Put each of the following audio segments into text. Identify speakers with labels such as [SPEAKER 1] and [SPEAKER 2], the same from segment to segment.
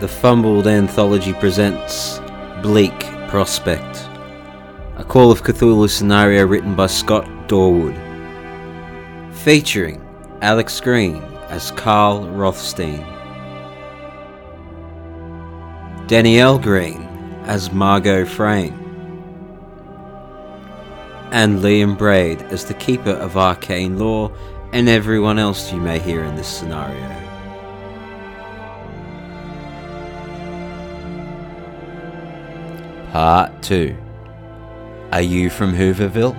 [SPEAKER 1] The Fumbled Anthology presents Bleak Prospect, a Call of Cthulhu scenario written by Scott Dorwood. Featuring Alex Green as Carl Rothstein, Danielle Green as Margot Frayne, and Liam Braid as the Keeper of Arcane Law and everyone else you may hear in this scenario. Part 2 Are you from Hooverville?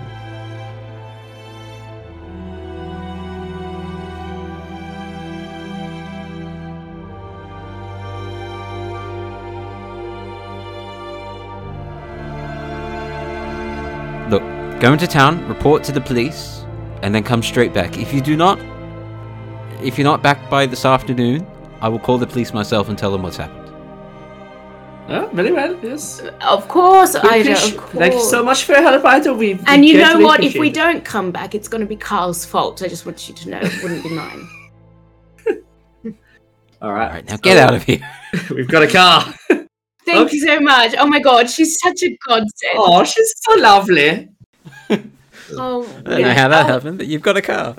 [SPEAKER 1] Look, go into town, report to the police, and then come straight back. If you do not, if you're not back by this afternoon, I will call the police myself and tell them what's happened.
[SPEAKER 2] Oh, very well, yes.
[SPEAKER 3] Of course,
[SPEAKER 2] We
[SPEAKER 3] Ida.
[SPEAKER 2] appreci-
[SPEAKER 3] Of course.
[SPEAKER 2] Thank you so much for your help, Ida. We, we
[SPEAKER 3] And you know
[SPEAKER 2] greatly
[SPEAKER 3] what? If we
[SPEAKER 2] appreciate it.
[SPEAKER 3] don't come back, it's going to be Carl's fault. I just want you to know it wouldn't be mine.
[SPEAKER 2] All right.
[SPEAKER 1] All right, now get out of here.
[SPEAKER 2] We've got a car.
[SPEAKER 3] Thank
[SPEAKER 2] Okay.
[SPEAKER 3] you so much. Oh my God, she's such a godsend. Oh,
[SPEAKER 2] Oh, she's so lovely.
[SPEAKER 1] I don't know
[SPEAKER 3] yeah.
[SPEAKER 1] how that
[SPEAKER 3] Oh,
[SPEAKER 1] happened, but you've got a car.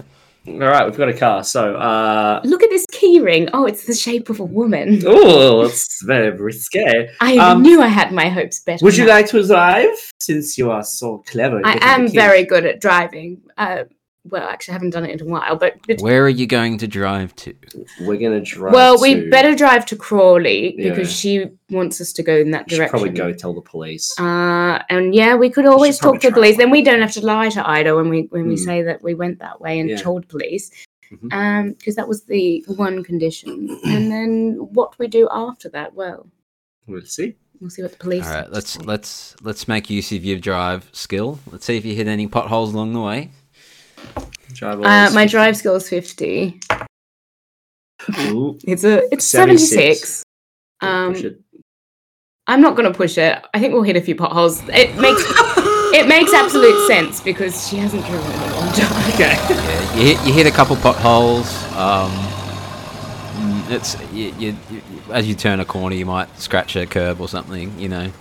[SPEAKER 2] All right, we've got a car. So, uh,
[SPEAKER 3] Look at this keyring. Oh, it's the shape of a woman.
[SPEAKER 2] oh, it's very risque.
[SPEAKER 3] I
[SPEAKER 2] Um,
[SPEAKER 3] knew I had my hopes better.
[SPEAKER 2] Would you
[SPEAKER 3] than that.
[SPEAKER 2] like to drive? Since you are so clever, at
[SPEAKER 3] I
[SPEAKER 2] getting the
[SPEAKER 3] am
[SPEAKER 2] keys.
[SPEAKER 3] very good at driving. Uh, well, actually, I haven't done it in a while, but. but-
[SPEAKER 1] Where are you going to drive to?
[SPEAKER 2] We're gonna drive.
[SPEAKER 3] well, we
[SPEAKER 2] to-
[SPEAKER 3] better drive to Crawley
[SPEAKER 2] Yeah.
[SPEAKER 3] because she wants us to go in that
[SPEAKER 2] we should
[SPEAKER 3] direction.
[SPEAKER 2] probably go tell the police.
[SPEAKER 3] Uh, and yeah, we could always
[SPEAKER 2] probably
[SPEAKER 3] talk to
[SPEAKER 2] try
[SPEAKER 3] police.
[SPEAKER 2] and-
[SPEAKER 3] Then we don't have to lie to Ida when we when we
[SPEAKER 2] Mm.
[SPEAKER 3] say that we went that way and
[SPEAKER 2] Yeah.
[SPEAKER 3] told police,
[SPEAKER 2] Mhm.
[SPEAKER 3] um, because that was the one condition. and then what we do after that, well,
[SPEAKER 2] we'll see.
[SPEAKER 3] we'll see what the police.
[SPEAKER 1] All right, let's
[SPEAKER 3] decide.
[SPEAKER 1] let's let's make use of your drive skill. Let's see if you hit any potholes along the way.
[SPEAKER 2] Drive
[SPEAKER 3] Uh,
[SPEAKER 2] always
[SPEAKER 3] my
[SPEAKER 2] 50.
[SPEAKER 3] drive skill is fifty.
[SPEAKER 2] Ooh,
[SPEAKER 3] It's a it's seventy
[SPEAKER 2] 76.
[SPEAKER 3] six.
[SPEAKER 2] push
[SPEAKER 3] Um,
[SPEAKER 2] it.
[SPEAKER 3] I'm not going to push it. I think we'll hit a few potholes. It makes it makes absolute sense because she hasn't driven in a long time.
[SPEAKER 2] Okay.
[SPEAKER 1] Yeah, you hit you hit a couple potholes. Um, mm, it's you, you, you, as you turn a corner, you might scratch a curb or something. You know,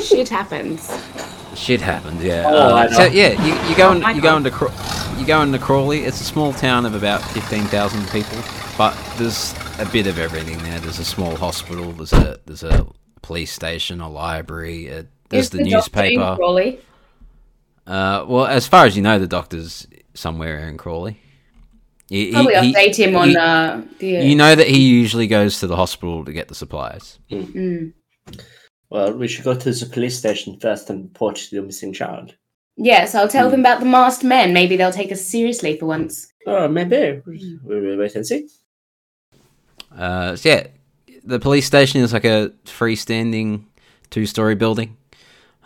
[SPEAKER 3] Shit happens.
[SPEAKER 1] shit happens. Yeah. Um,
[SPEAKER 2] Oh, I
[SPEAKER 1] so
[SPEAKER 2] know.
[SPEAKER 1] yeah, you, you go in,
[SPEAKER 3] I
[SPEAKER 1] you go
[SPEAKER 3] know.
[SPEAKER 1] into Craw- you go into Crawley. It's a small town of about fifteen thousand people, but there's a bit of everything there. There's a small hospital. There's a there's a police station, a library. A, there's
[SPEAKER 3] Is
[SPEAKER 1] the,
[SPEAKER 3] doctor in
[SPEAKER 1] newspaper.
[SPEAKER 3] Crawley?
[SPEAKER 1] Uh, well, as far as you know, the doctor's somewhere in Crawley. He- he-
[SPEAKER 3] Probably
[SPEAKER 1] he-
[SPEAKER 3] update him on
[SPEAKER 1] he-
[SPEAKER 3] uh, the.
[SPEAKER 1] You know that he usually goes to the hospital to get the supplies.
[SPEAKER 3] Mm.
[SPEAKER 2] Well, we should go to the police station first and report your missing child.
[SPEAKER 3] Yes, I'll tell
[SPEAKER 1] Hmm.
[SPEAKER 2] Mm.
[SPEAKER 3] them about the masked men. Maybe they'll take us seriously for once.
[SPEAKER 2] Oh, maybe.
[SPEAKER 3] Hmm.
[SPEAKER 2] We will wait and see.
[SPEAKER 1] Uh, so yeah, the police station is like a freestanding two-story building,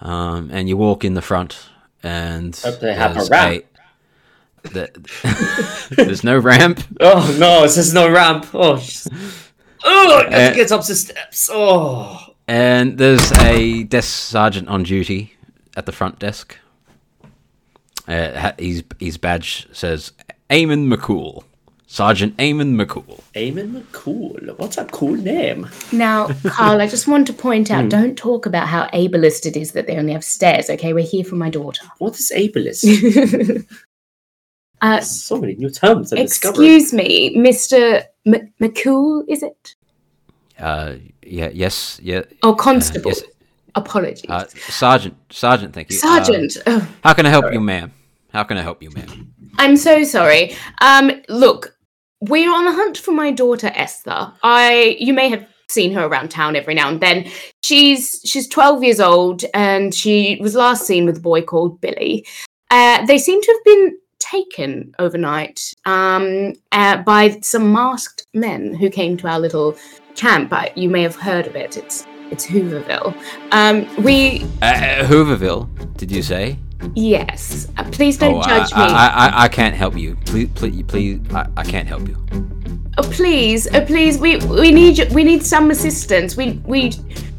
[SPEAKER 1] um, and you walk in the front, and
[SPEAKER 2] Hope they have a
[SPEAKER 1] there's
[SPEAKER 2] ramp.
[SPEAKER 1] a- the- there's no ramp.
[SPEAKER 2] Oh no, there's no ramp. Oh, sh- oh, I have
[SPEAKER 1] Uh,
[SPEAKER 2] to get up the steps. Oh,
[SPEAKER 1] And there's a desk sergeant on duty at the front desk. Uh, ha- his his badge says Eamon McCool, Sergeant Eamon McCool.
[SPEAKER 2] Eamon McCool. What's a cool name?
[SPEAKER 3] Now, Carl, I just want to point
[SPEAKER 1] Hmm.
[SPEAKER 3] out don't talk about how ableist it is that they only have stairs, okay? We're here for my daughter.
[SPEAKER 2] What is ableist?
[SPEAKER 3] uh,
[SPEAKER 2] so many new terms I discovered.
[SPEAKER 3] excuse me, Mr. M- McCool, is it?
[SPEAKER 1] Uh, yeah, yes, yeah. uh,
[SPEAKER 3] Or Constable?
[SPEAKER 1] yes,
[SPEAKER 3] Apologies.
[SPEAKER 1] uh, sergeant, sergeant, thank you. Uh,
[SPEAKER 3] Sergeant, oh,
[SPEAKER 1] how can I help you, ma'am? How can I help you, ma'am?
[SPEAKER 3] I'm so sorry. Um, look, we're on the hunt for my daughter Esther. I you may have seen her around town every now and then. She's she's 12 years old and she was last seen with a boy called Billy. Uh, they seem to have been taken overnight um, uh, by some masked men who came to our little camp. I, you may have heard of it. It's it's Hooverville. Um, we
[SPEAKER 1] Uh, Uh, Hooverville, did you say?
[SPEAKER 3] yes. Uh, please don't
[SPEAKER 1] oh,
[SPEAKER 3] judge
[SPEAKER 1] I,
[SPEAKER 3] me.
[SPEAKER 1] I, I, I can't help you. Please, please, please I, I can't help you. Uh,
[SPEAKER 3] Oh, please, oh, please, we we need you- we need some assistance. We we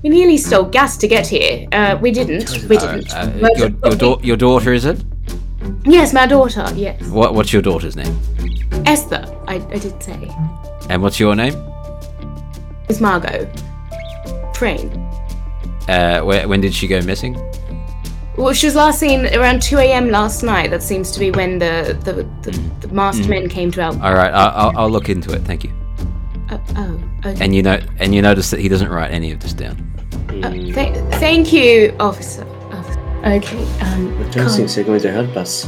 [SPEAKER 3] we nearly stole gas to get here. Uh, we didn't. We didn't.
[SPEAKER 1] Uh,
[SPEAKER 3] But-
[SPEAKER 1] your, your, dau- your daughter, is it?
[SPEAKER 3] yes, my daughter. Yes,
[SPEAKER 1] What, what's your daughter's name?
[SPEAKER 3] Esther. I, I did say
[SPEAKER 1] And what's your name?
[SPEAKER 3] it's Margot. train.
[SPEAKER 1] Uh, where, when did she go missing?
[SPEAKER 3] Well, she was last seen around 2 a.m. last night. That seems to be when the the, the, the masked
[SPEAKER 1] Hmm.
[SPEAKER 3] men came to our.
[SPEAKER 1] All right, I, I'll, I'll look into it. Thank you.
[SPEAKER 3] Uh, oh, okay.
[SPEAKER 1] And you know, and you notice that he doesn't write any of this down.
[SPEAKER 3] Uh, th- thank you, officer. officer. Okay, um,
[SPEAKER 4] It
[SPEAKER 3] Carl,
[SPEAKER 4] does seem to going to help us.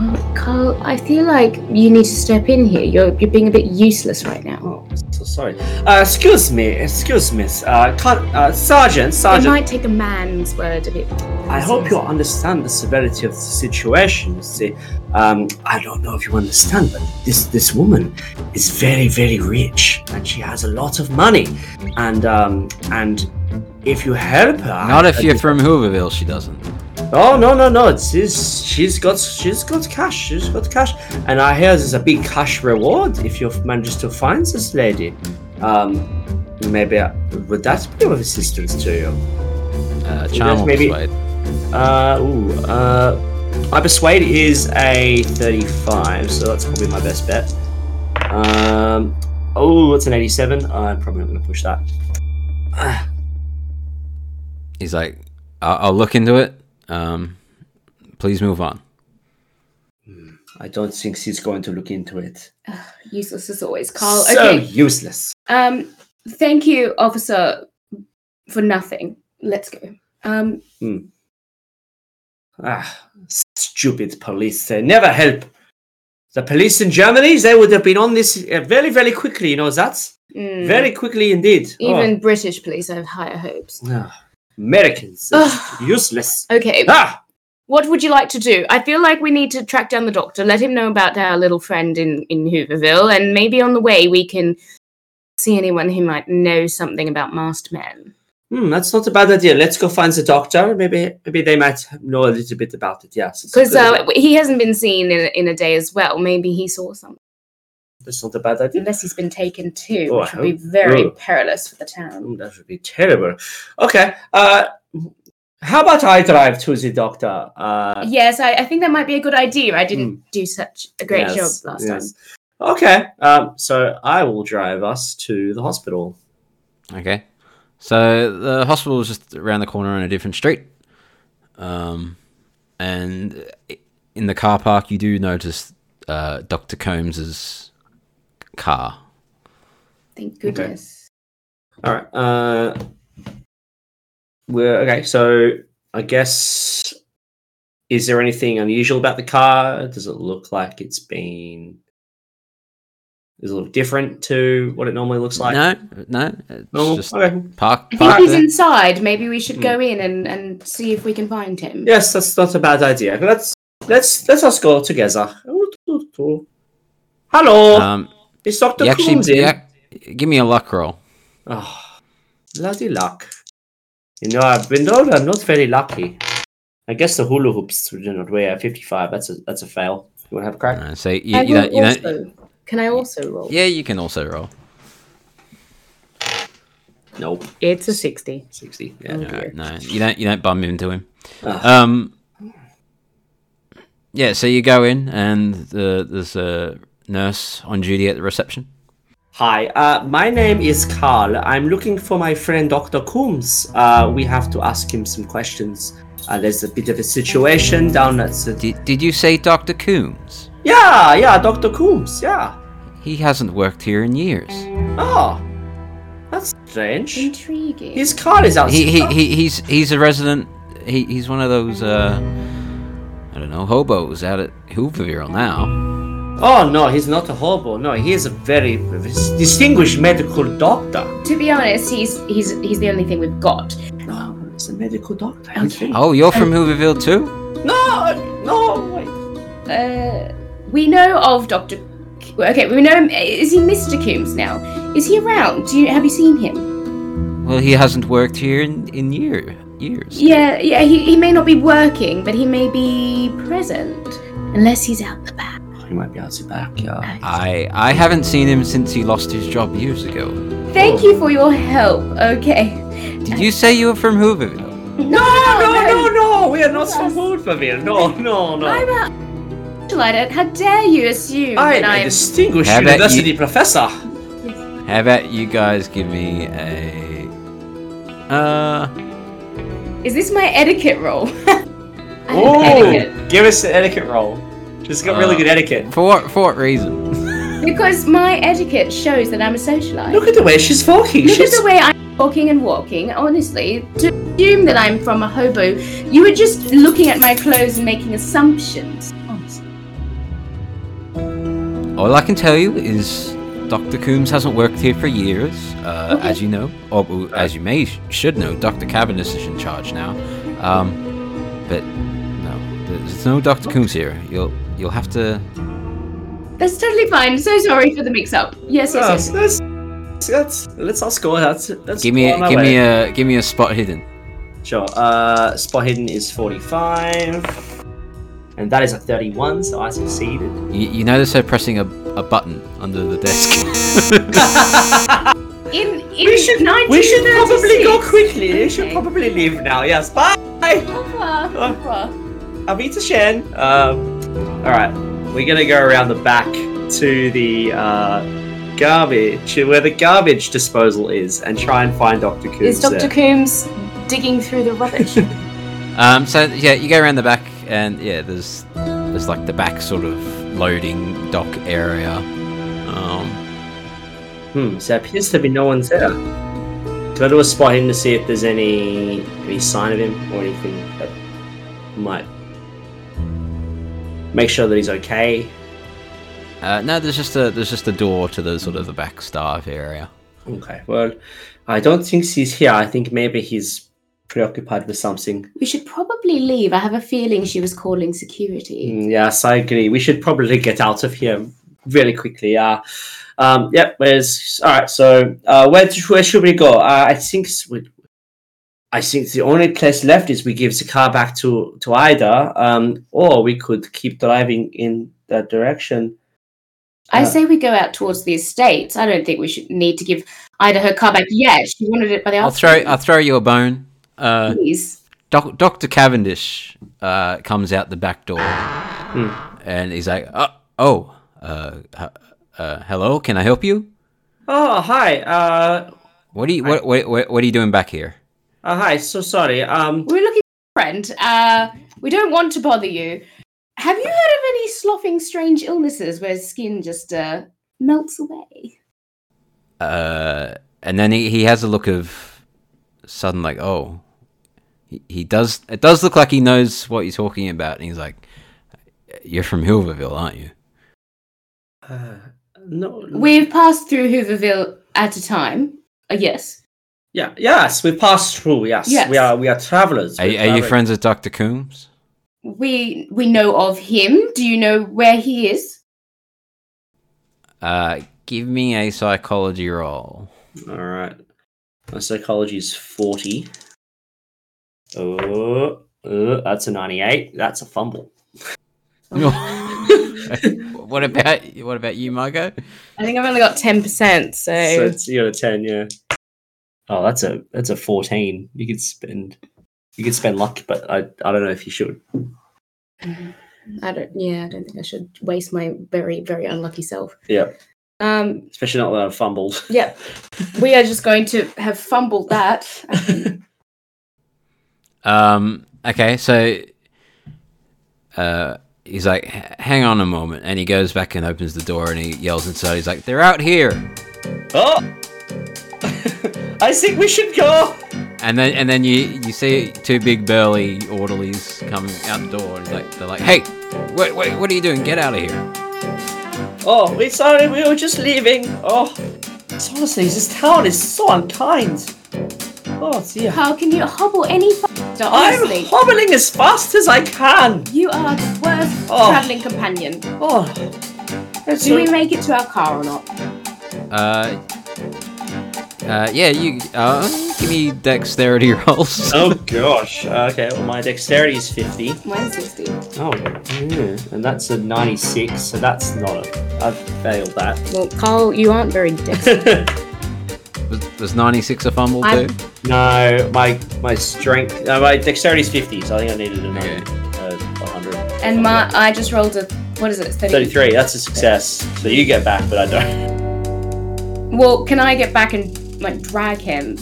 [SPEAKER 3] well, Carl, I feel like you need to step in here. You're you're being a bit useless right now.
[SPEAKER 4] Oh, so sorry. Uh, excuse me, excuse me. Uh, Car- uh, Sergeant,
[SPEAKER 3] It
[SPEAKER 4] Sergeant.
[SPEAKER 3] might take a man's word a bit.
[SPEAKER 4] I hope you understand the severity of the situation. You see, um, I don't know if you understand, but this this woman is very very rich, and she has a lot of money, and um, and if you help her,
[SPEAKER 1] Not if you're from Hooverville, she doesn't.
[SPEAKER 4] Oh no no no! It's, it's she's got she's got cash. She's got cash, and I hear there's a big cash reward if you manage to find this lady. Um, maybe I- would that be of assistance to you?
[SPEAKER 1] Uh, charm or
[SPEAKER 4] maybe-
[SPEAKER 1] persuade.
[SPEAKER 4] Uh, ooh, uh, my persuade is a 35, so that's probably my best bet. Um, oh, that's an 87. I'm probably not going to push that.
[SPEAKER 1] He's like, I'll, I'll look into it. Um, please move on.
[SPEAKER 4] I don't think she's going to look into it.
[SPEAKER 3] Useless as always, Carl.
[SPEAKER 4] So
[SPEAKER 3] Okay.
[SPEAKER 4] useless.
[SPEAKER 3] Um, thank you, officer, for nothing. Let's go. Um,
[SPEAKER 4] Hmm. Ah, stupid police. They never help. The police in Germany, they would have been on this uh, very, very quickly. You know that?
[SPEAKER 3] mm,
[SPEAKER 4] Very quickly indeed. Oh,
[SPEAKER 3] even British police have higher hopes.
[SPEAKER 4] ah, Americans. they're just useless.
[SPEAKER 3] Okay,
[SPEAKER 4] Ah!
[SPEAKER 3] what would you like to do? I feel like we need to track down the doctor, let him know about our little friend in, in Hooverville, and maybe on the way we can see anyone who might know something about masked men.
[SPEAKER 4] Hmm, that's not a bad idea. Let's go find the doctor. Maybe maybe they might know a little bit about it. Yes. it's a
[SPEAKER 3] Because
[SPEAKER 4] good
[SPEAKER 3] uh,
[SPEAKER 4] idea.
[SPEAKER 3] he hasn't been seen in, in a day as well. Maybe he saw something.
[SPEAKER 4] that's not a bad idea.
[SPEAKER 3] Unless he's been taken too,
[SPEAKER 4] Oh,
[SPEAKER 3] which
[SPEAKER 4] I
[SPEAKER 3] would be
[SPEAKER 4] hope-
[SPEAKER 3] very
[SPEAKER 4] oh.
[SPEAKER 3] perilous for the town.
[SPEAKER 4] Hmm, that would be terrible. Okay. Uh, how about I drive to the doctor? Uh,
[SPEAKER 3] Yes, I, I think that might be a good idea. I didn't do such a great
[SPEAKER 4] Mm. yes,
[SPEAKER 3] job last
[SPEAKER 4] yes. Okay. Um, so I will drive us to the hospital.
[SPEAKER 1] Okay. So the hospital is just around the corner on a different street. Um, and in the car park, you do notice uh, Dr. Combs's car.
[SPEAKER 3] time. Thank goodness.
[SPEAKER 4] All right. Uh, we're okay. So I guess is there anything unusual about the car? Does it look like it's been? Does it look different to what it normally looks like?
[SPEAKER 1] no, no. It's
[SPEAKER 4] Normal?
[SPEAKER 1] just
[SPEAKER 4] Okay.
[SPEAKER 1] park.
[SPEAKER 3] I think
[SPEAKER 1] park
[SPEAKER 3] he's
[SPEAKER 1] there.
[SPEAKER 3] inside. Maybe we
[SPEAKER 4] Mm.
[SPEAKER 3] should go in and, and see if we can find him.
[SPEAKER 4] Yes, that's not a bad idea. Let's let's let's us go together. Hello,
[SPEAKER 1] Um,
[SPEAKER 4] it's Doctor
[SPEAKER 1] you actually,
[SPEAKER 4] Coombs. in.
[SPEAKER 1] you ac- give me a luck roll.
[SPEAKER 4] Oh, bloody luck. You know, I've been told I'm not very lucky. I guess the hula hoops do not wear 55. That's a that's a fail. You want to have a crack?
[SPEAKER 1] Uh, so you,
[SPEAKER 3] I
[SPEAKER 1] you
[SPEAKER 3] will
[SPEAKER 1] don't, you
[SPEAKER 3] also,
[SPEAKER 1] don't,
[SPEAKER 3] Can I also roll?
[SPEAKER 1] yeah, you can also roll.
[SPEAKER 4] Nope.
[SPEAKER 3] It's a 60.
[SPEAKER 4] 60. Yeah.
[SPEAKER 1] No, Uh, no, you don't. You don't bump into him.
[SPEAKER 4] Ah.
[SPEAKER 1] Um. Yeah, so you go in, and the, there's a nurse on duty at the reception.
[SPEAKER 4] Hi, uh, my name is Carl. I'm looking for my friend Dr. Coombs. Uh, we have to ask him some questions. Uh, there's a bit of a situation down at the.
[SPEAKER 1] Did, did you say Dr. Coombs?
[SPEAKER 4] Yeah, yeah, Dr. Coombs, yeah.
[SPEAKER 1] He hasn't worked here in years.
[SPEAKER 4] Oh, that's strange.
[SPEAKER 3] Intriguing.
[SPEAKER 4] His car is outside.
[SPEAKER 1] He, he, he he's he's a resident. He, he's one of those uh, I don't know hobos out at Hooverville now.
[SPEAKER 4] Oh no, he's not a hobo. No, he is a very distinguished medical doctor.
[SPEAKER 3] to be honest, he's he's he's the only thing we've got.
[SPEAKER 4] No, he's a medical doctor.
[SPEAKER 3] Okay.
[SPEAKER 1] Oh, you're from Hooverville too?
[SPEAKER 4] No, no. Wait.
[SPEAKER 3] Uh, we know of Doctor. Okay, we know. Him. Is he Mr. Coombs now? Is he around? Do you have you seen him?
[SPEAKER 1] Well, he hasn't worked here in in year years.
[SPEAKER 3] Yeah, yeah. He, he may not be working, but he may be present, unless he's out the back.
[SPEAKER 4] He might be out the back. Yeah.
[SPEAKER 1] I I haven't seen him since he lost his job years ago.
[SPEAKER 3] Thank you for your help. Okay.
[SPEAKER 1] Did you say you were from Hooverville?
[SPEAKER 3] No,
[SPEAKER 4] No, no, no. We are not from Woodville. No, no,
[SPEAKER 3] I'm
[SPEAKER 4] no.
[SPEAKER 3] a socialite. How dare you assume
[SPEAKER 4] I
[SPEAKER 3] that
[SPEAKER 4] am a
[SPEAKER 3] I'm?
[SPEAKER 4] distinguished
[SPEAKER 1] Have e- it,
[SPEAKER 4] university
[SPEAKER 1] you-
[SPEAKER 4] professor.
[SPEAKER 1] How about you guys give me a Uh,
[SPEAKER 3] Is this my etiquette roll? I have
[SPEAKER 4] Oh.
[SPEAKER 3] etiquette.
[SPEAKER 4] Ooh, give us an etiquette roll. She's got really
[SPEAKER 1] Uh,
[SPEAKER 4] good etiquette.
[SPEAKER 1] for what, for what reason?
[SPEAKER 3] Because my etiquette shows that I'm a socialite.
[SPEAKER 4] Look at the way she's walking.
[SPEAKER 3] Look
[SPEAKER 4] she's
[SPEAKER 3] at the way I'm walking and walking. Honestly, to assume that I'm from a hobo, you were just looking at my clothes and making assumptions. Honestly.
[SPEAKER 1] All I can tell you is Dr. Coombs hasn't worked here for years, uh,
[SPEAKER 3] Okay.
[SPEAKER 1] as you know, or well, as you may should know. Dr. Cavendish is in charge now, um, but no, there's no Dr. Coombs here. You'll you'll have to.
[SPEAKER 3] That's totally fine. So sorry for the mix-up. Yes,
[SPEAKER 4] Oh,
[SPEAKER 3] yes, yes.
[SPEAKER 4] that's, that's, let's all score. That's, that's
[SPEAKER 1] Give me
[SPEAKER 4] all
[SPEAKER 1] a,
[SPEAKER 4] my
[SPEAKER 1] give
[SPEAKER 4] way.
[SPEAKER 1] me a give me a spot hidden.
[SPEAKER 4] Sure. Uh, spot hidden is 45. And that is a 31, so I succeeded.
[SPEAKER 1] You, you notice her pressing a, a button under the desk.
[SPEAKER 3] In in Ah. we should,
[SPEAKER 4] We should probably go quickly. We should probably leave now. Yes, bye.
[SPEAKER 3] Ah.
[SPEAKER 4] Avita Shen. Um, all right, we're gonna go around the back to the uh, garbage, to where the garbage disposal is, and try and find Doctor Coombs.
[SPEAKER 3] Is Dr.
[SPEAKER 4] there.
[SPEAKER 3] Coombs digging through the rubbish?
[SPEAKER 1] Um, so yeah, you go around the back, and yeah, there's there's like the back sort of loading dock area. Um,
[SPEAKER 4] Hmm. So there appears to be no one there. Can I do a spot him to see if there's any any sign of him or anything that might make sure that he's okay?
[SPEAKER 1] uh, no, there's just a there's just a door to the sort of the back staff area.
[SPEAKER 4] Okay. Well, I don't think he's here. I think maybe he's preoccupied with something.
[SPEAKER 3] we should probably leave. I have a feeling she was calling security.
[SPEAKER 4] Mm, Yes, I agree. We should probably get out of here really quickly. Uh, um, yep. Where's all right? So uh, where do- where should we go? Uh, I think s- we, I think the only place left is we give the car back to to Ida, um, or we could keep driving in that direction.
[SPEAKER 3] I
[SPEAKER 4] Uh,
[SPEAKER 3] say we go out towards the estates. I don't think we should need to give Ida her car back yet. She wanted it by the
[SPEAKER 1] I'll throw
[SPEAKER 3] afternoon.
[SPEAKER 1] I'll throw you a bone. Uh,
[SPEAKER 3] Please.
[SPEAKER 1] doc, Doctor Cavendish uh, comes out the back door, and he's like, oh, oh uh, h- uh, hello, can I help you?
[SPEAKER 4] Oh hi, uh,
[SPEAKER 1] What are you what, what what what are you doing back here?
[SPEAKER 4] uh hi. So sorry. Um,
[SPEAKER 3] We're looking for a friend. Uh, we don't want to bother you. Have you heard of any sloughing strange illnesses where skin just uh, melts away?
[SPEAKER 1] uh, and then he, he has a look of sudden like oh he, he does it does look like he knows what you're talking about and he's like you're from Hilverville aren't you
[SPEAKER 4] uh, no.
[SPEAKER 3] We've passed through Hooverville at a time. Uh, yes.
[SPEAKER 4] yeah. Yes, we passed through. Yes,
[SPEAKER 3] Yes.
[SPEAKER 4] we are. We are travelers.
[SPEAKER 1] are,
[SPEAKER 4] We're
[SPEAKER 1] you- are you
[SPEAKER 4] travelers.
[SPEAKER 1] friends with Dr Coombs
[SPEAKER 3] We we know of him. Do you know where he is?
[SPEAKER 1] uh give me a psychology roll
[SPEAKER 4] All right. My psychology is 40. Oh, uh, that's a 98. That's a fumble.
[SPEAKER 1] what about what about you Margot
[SPEAKER 3] I think I've only got ten percent, so,
[SPEAKER 4] So it's you got a 10, yeah. Oh, that's a that's a 14. You could spend you could spend luck, but I I don't know if you should.
[SPEAKER 3] I don't. Yeah, I don't think I should waste my very very unlucky self.
[SPEAKER 4] Yeah,
[SPEAKER 3] Um.
[SPEAKER 4] especially not that I've fumbled.
[SPEAKER 3] Yeah. We are just going to have fumbled that.
[SPEAKER 1] Um. Okay. So, uh, he's like, "H- "Hang on a moment," and he goes back and opens the door and he yells inside. He's like, "They're out here!"
[SPEAKER 4] Oh! I think we should go.
[SPEAKER 1] And then, and then you you see two big burly orderlies come out the door and he's like, they're like, "Hey, wait, wait, what are you doing? Get out of here!"
[SPEAKER 4] Oh, we sorry, we were just leaving. Oh, it's honestly, this town is so unkind. Oh dear.
[SPEAKER 3] How can you hobble any? F- honestly,
[SPEAKER 4] I'm hobbling as fast as I can.
[SPEAKER 3] you are the worst
[SPEAKER 4] Oh.
[SPEAKER 3] traveling companion.
[SPEAKER 4] Oh, that's
[SPEAKER 3] Do we
[SPEAKER 4] so-
[SPEAKER 3] make it to our car or not?
[SPEAKER 1] Uh. Uh, yeah, you uh, give me dexterity rolls.
[SPEAKER 4] oh gosh. Okay, well my dexterity is 50.
[SPEAKER 3] Mine's sixty.
[SPEAKER 4] Oh, yeah. and that's a 96, so that's not a. I've failed that.
[SPEAKER 3] Well, Carl, you aren't very dexterous.
[SPEAKER 1] Was, was 96 a fumble
[SPEAKER 3] I'm-
[SPEAKER 1] too?
[SPEAKER 4] no, my my strength. No, my dexterity is 50, so I think I needed a nine- uh, 100.
[SPEAKER 3] and my, I just rolled a what is it? 30?
[SPEAKER 4] 33, that's a success. So you get back, but I don't.
[SPEAKER 3] Well, can I get back and like drag him?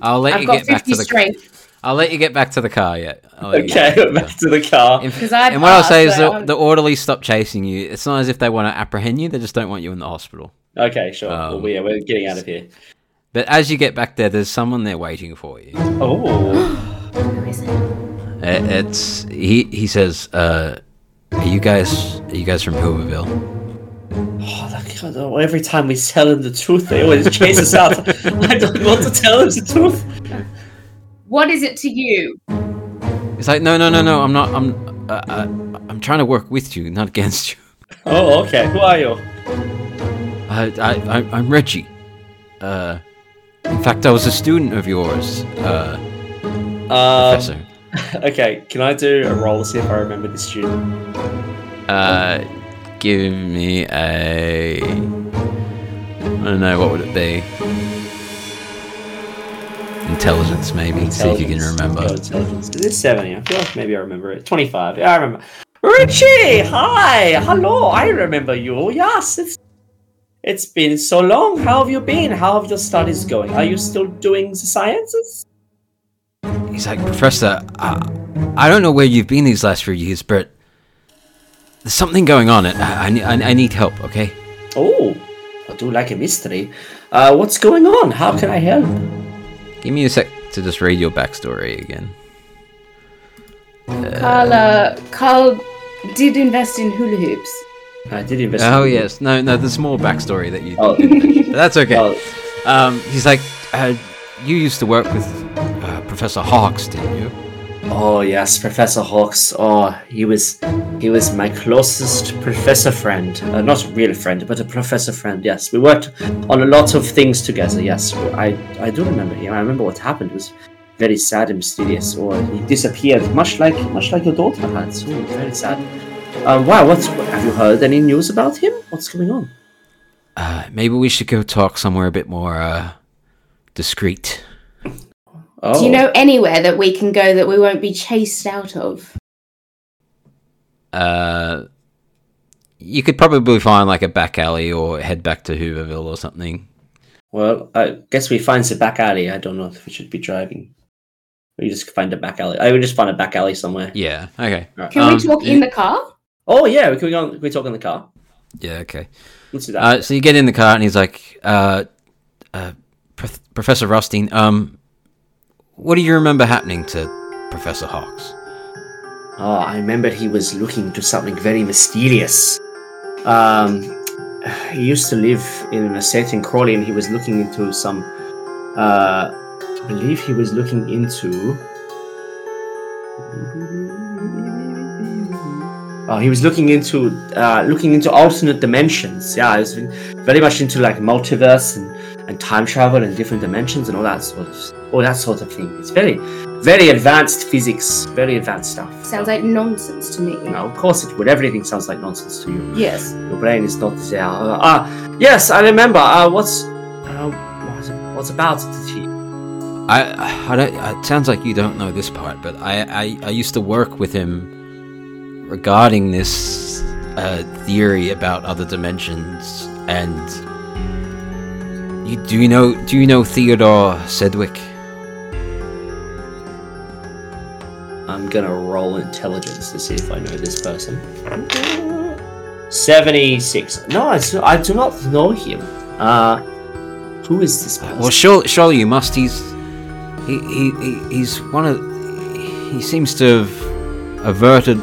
[SPEAKER 1] I'll let
[SPEAKER 3] I've
[SPEAKER 1] you
[SPEAKER 3] got
[SPEAKER 1] get back
[SPEAKER 3] 50
[SPEAKER 1] to the.
[SPEAKER 3] strength
[SPEAKER 1] I'll let you get back to the car. Yeah. I'll let you
[SPEAKER 4] Okay,
[SPEAKER 1] get back to the car.
[SPEAKER 4] back to the car.
[SPEAKER 1] If-
[SPEAKER 3] because I.
[SPEAKER 1] and what I'll say is the, the orderlies stop chasing you. It's not as if they want to apprehend you; they just don't want you in the hospital.
[SPEAKER 4] Okay, sure.
[SPEAKER 1] Um,
[SPEAKER 4] well, we- yeah, we're getting out of here.
[SPEAKER 1] But as you get back there, there's someone there waiting for you.
[SPEAKER 4] Oh,
[SPEAKER 3] Who is it?
[SPEAKER 1] It- Uh, It's he. He says, uh, "Are you guys? Are you guys from Hooverville?"
[SPEAKER 4] oh that God, oh, every time we tell them the truth, they always chase us out. I don't want to tell them the truth.
[SPEAKER 3] What is it to you?
[SPEAKER 1] It's like, "No, no, no, no. I'm not. I'm. Uh, uh, I'm trying to work with you, not against you.
[SPEAKER 4] Oh, okay. Who are you?
[SPEAKER 1] I, I, I I'm Reggie. Uh, in fact, I was a student of yours, uh,
[SPEAKER 4] Um,
[SPEAKER 1] Professor.
[SPEAKER 4] okay, can I do a roll to see if I remember this student?
[SPEAKER 1] Uh, give me a. I don't know what would it be. Intelligence, maybe. See if you can
[SPEAKER 4] Intelligence.
[SPEAKER 1] remember.
[SPEAKER 4] Oh, intelligence. Is it 70? I feel like maybe I remember it. 25. Yeah, I remember. Richie! Hi! Hello! I remember you. Yes, it's. It's been so long. How have you been? How have your studies going? Are you still doing the sciences?
[SPEAKER 1] He's like, Professor, I, I don't know where you've been these last few years, but there's something going on. and I, I, ne- I, I need help, okay?
[SPEAKER 4] Oh, I do like a mystery. Uh, what's going on? How can I help?
[SPEAKER 1] Give me a sec to just read your backstory again. Uh,
[SPEAKER 3] Carla. Carl did invest in hula hoops.
[SPEAKER 4] I did invest.
[SPEAKER 1] Oh, yes. No, no, there's more backstory that you
[SPEAKER 4] Oh.
[SPEAKER 1] didn't mention. But that's okay.
[SPEAKER 4] Oh,
[SPEAKER 1] Um, he's like, uh, you used to work with uh, Professor Hawks, didn't you?
[SPEAKER 4] oh yes, Professor Hawks. Oh, he was, he was my closest professor friend. Uh, not a real friend, but a professor friend. Yes, we worked on a lot of things together. Yes, I, I do remember. Yeah, I remember what happened. It was very sad and mysterious. Or he disappeared, much like, much like your daughter had. So very sad. Um, wow, what's have you heard any news about him? What's going on?
[SPEAKER 1] Uh, maybe we should go talk somewhere a bit more uh, discreet.
[SPEAKER 4] Oh.
[SPEAKER 3] Do you know anywhere that we can go that we won't be chased out of?
[SPEAKER 1] Uh, you could probably find like a back alley or head back to Hooverville or something.
[SPEAKER 4] Well, I guess we find the back alley. I don't know if we should be driving. We just find a back alley. I would just find a back alley somewhere.
[SPEAKER 1] Yeah. Okay.
[SPEAKER 4] Alright.
[SPEAKER 3] Can
[SPEAKER 1] Um,
[SPEAKER 3] we talk in the car?
[SPEAKER 4] Oh yeah, we can go. On, can we talk in the car?
[SPEAKER 1] Yeah. Okay.
[SPEAKER 4] Let's do that.
[SPEAKER 1] Uh, so you get in the car and he's like, uh, uh, Prof- Professor Rothstein, um, what do you remember happening to Professor Hawks?
[SPEAKER 4] oh, I remember he was looking to something very mysterious. Um, he used to live in a set in Crawley, and he was looking into some. Uh, I believe he was looking into. Oh, he was looking into uh, looking into alternate dimensions. Yeah, he was very much into like multiverse and, and time travel and different dimensions and all that sort of all that sort of thing. It's very, very advanced physics, very advanced stuff.
[SPEAKER 3] Sounds like nonsense to me.
[SPEAKER 4] no, of course it would. Everything sounds like nonsense to you.
[SPEAKER 3] Yes.
[SPEAKER 4] Your brain is not there. Uh, ah, yes, I remember. Uh, what's uh, what's what's about it? Did he?
[SPEAKER 1] I, I don't. It sounds like you don't know this part, but I, I, I used to work with him regarding this uh, theory about other dimensions. And you do you know do you know Theodore Sedgwick?
[SPEAKER 4] I'm gonna roll intelligence to see if I know this person. Seventy-six. No, I do, I do not know him. Uh, who is this person?
[SPEAKER 1] Well, surely, surely you must. He's he, he, he he's one of he seems to have averted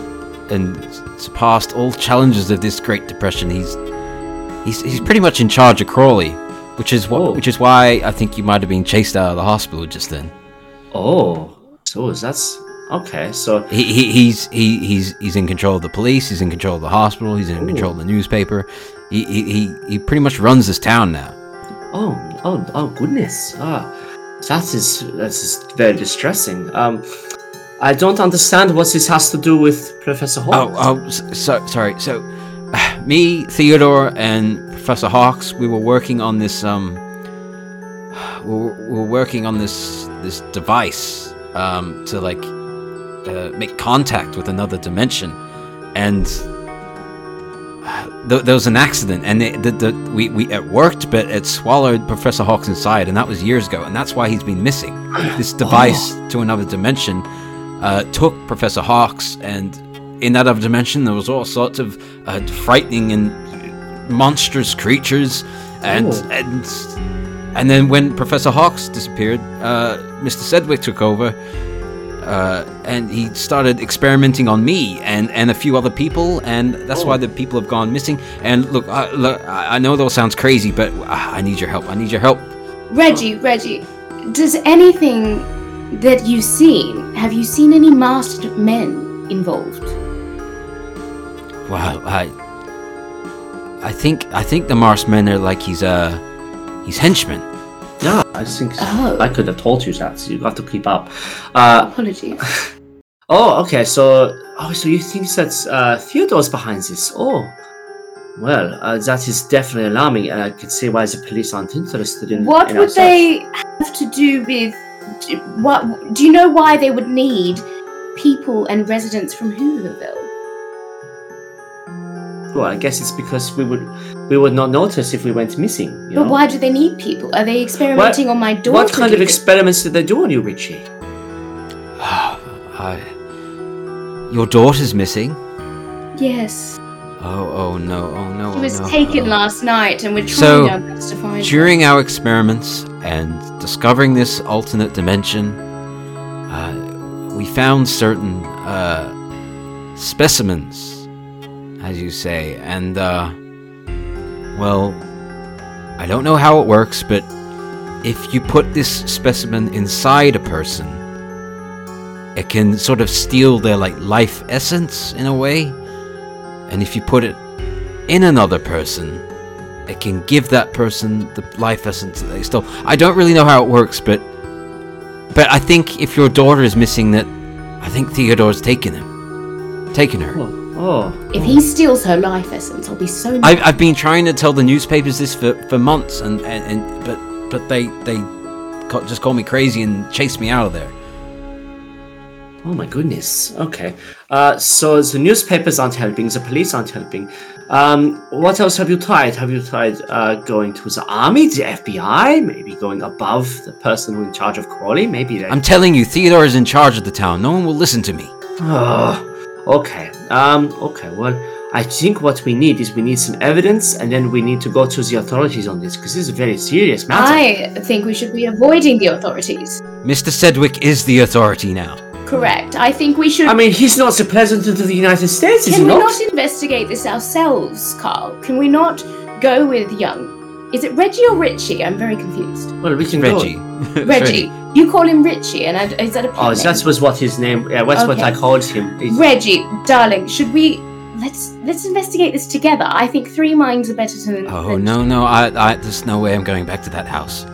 [SPEAKER 1] and surpassed all challenges of this Great Depression. He's he's, he's pretty much in charge of Crawley, which is what
[SPEAKER 4] Oh.
[SPEAKER 1] which is why I think you might have been chased out of the hospital just then.
[SPEAKER 4] oh, so is that's okay. So
[SPEAKER 1] He, he he's he, he's he's in control of the police. He's in control of the hospital. He's in
[SPEAKER 4] Ooh.
[SPEAKER 1] control of the newspaper. He, he he he pretty much runs this town now.
[SPEAKER 4] Oh, oh, oh, goodness! Ah, that is that is very distressing. Um, I don't understand what this has to do with Professor
[SPEAKER 1] Oh,
[SPEAKER 4] Hall.
[SPEAKER 1] oh, s- so sorry. So, me, Theodore, and Professor Hawks, we were working on this. Um, we were, we were working on this this device um, to like uh, make contact with another dimension, and th- there was an accident, and it, the, the, we, we it worked, but it swallowed Professor Hawks inside, and that was years ago, and that's why he's been missing. This device to another dimension uh, took Professor Hawks, and in that other dimension, there was all sorts of uh, frightening and monstrous creatures, and
[SPEAKER 4] Oh.
[SPEAKER 1] and and then when Professor Hawks disappeared, uh, Mr. Sedgwick took over, uh, and he started experimenting on me and, and a few other people, and that's why the people have gone missing. And look, I, look, I I know it all sounds crazy, but ah, I need your help. I need your help.
[SPEAKER 3] Reggie, Reggie, does anything that you've seen, have you seen any masked men involved?
[SPEAKER 1] Wow, I, I think I think the Mars men are like he's uh, he's henchmen.
[SPEAKER 4] Yeah, I think
[SPEAKER 3] Oh.
[SPEAKER 4] I could have told you that. So you got to keep up. Uh,
[SPEAKER 3] Apologies.
[SPEAKER 4] oh, okay. So, oh, so you think that uh, Theodore's behind this? Oh, well, uh, that is definitely alarming, and I can see why the police aren't interested in.
[SPEAKER 3] What
[SPEAKER 4] in
[SPEAKER 3] would
[SPEAKER 4] ourselves.
[SPEAKER 3] they have to do with d- what do you know why they would need people and residents from Hooverville?
[SPEAKER 4] Well, I guess it's because we would we would not notice if we went missing. You
[SPEAKER 3] But
[SPEAKER 4] know?
[SPEAKER 3] why do they need people? Are they experimenting on my daughter?
[SPEAKER 4] What kind
[SPEAKER 3] do
[SPEAKER 4] of
[SPEAKER 3] you think?
[SPEAKER 4] experiments did they do on you, Richie?
[SPEAKER 1] I, your daughter's missing.
[SPEAKER 3] Yes.
[SPEAKER 1] Oh, oh no, oh no.
[SPEAKER 3] She
[SPEAKER 1] oh,
[SPEAKER 3] was
[SPEAKER 1] no,
[SPEAKER 3] taken
[SPEAKER 1] oh.
[SPEAKER 3] last night and we're trying
[SPEAKER 1] So,
[SPEAKER 3] our best to find her.
[SPEAKER 1] During our experiments and discovering this alternate dimension, uh, we found certain uh, specimens, as you say, and uh, well, I don't know how it works, but if you put this specimen inside a person, it can sort of steal their like life essence in a way, and if you put it in another person, it can give that person the life essence that they stole. I don't really know how it works, but but I think if your daughter is missing, that I think Theodore's taken him, taken her.
[SPEAKER 4] Oh, oh.
[SPEAKER 3] If he steals her life essence, I'll be so mad.
[SPEAKER 1] I've, I've been trying to tell the newspapers this for, for months, and, and, and but but they they ca- just call me crazy and chase me out of there.
[SPEAKER 4] Oh my goodness. Okay. Uh, so the newspapers aren't helping. The police aren't helping. Um, what else have you tried? Have you tried uh, going to the army, the FBI? Maybe going above the person who's in charge of Crawley? Maybe. They...
[SPEAKER 1] I'm telling you, Theodore is in charge of the town. No one will listen to me.
[SPEAKER 4] Oh, okay. Um. Okay. Well, I think what we need is we need some evidence, and then we need to go to the authorities on this because this is a very serious matter.
[SPEAKER 3] I think we should be avoiding the authorities.
[SPEAKER 1] Mr. Sedgwick is the authority now.
[SPEAKER 3] Correct. I think we should
[SPEAKER 4] I mean, he's not the president of the United States, is
[SPEAKER 3] Can
[SPEAKER 4] he
[SPEAKER 3] we
[SPEAKER 4] not?
[SPEAKER 3] not? investigate this ourselves, Carl? Can we not go with young? Is it Reggie or Richie? I'm very confused.
[SPEAKER 4] Well, we can
[SPEAKER 1] Reggie. Reggie.
[SPEAKER 4] go.
[SPEAKER 3] Reggie. You call him Richie, and I, is that a
[SPEAKER 4] Oh,
[SPEAKER 3] pet name?
[SPEAKER 4] that was what his name. Yeah, that's what
[SPEAKER 3] Okay.
[SPEAKER 4] I called him. It-
[SPEAKER 3] Reggie, darling. Should we let's let's investigate this together? I think three minds are better than.
[SPEAKER 1] Oh
[SPEAKER 3] than-
[SPEAKER 1] no no! I, I there's no way I'm going back to that house.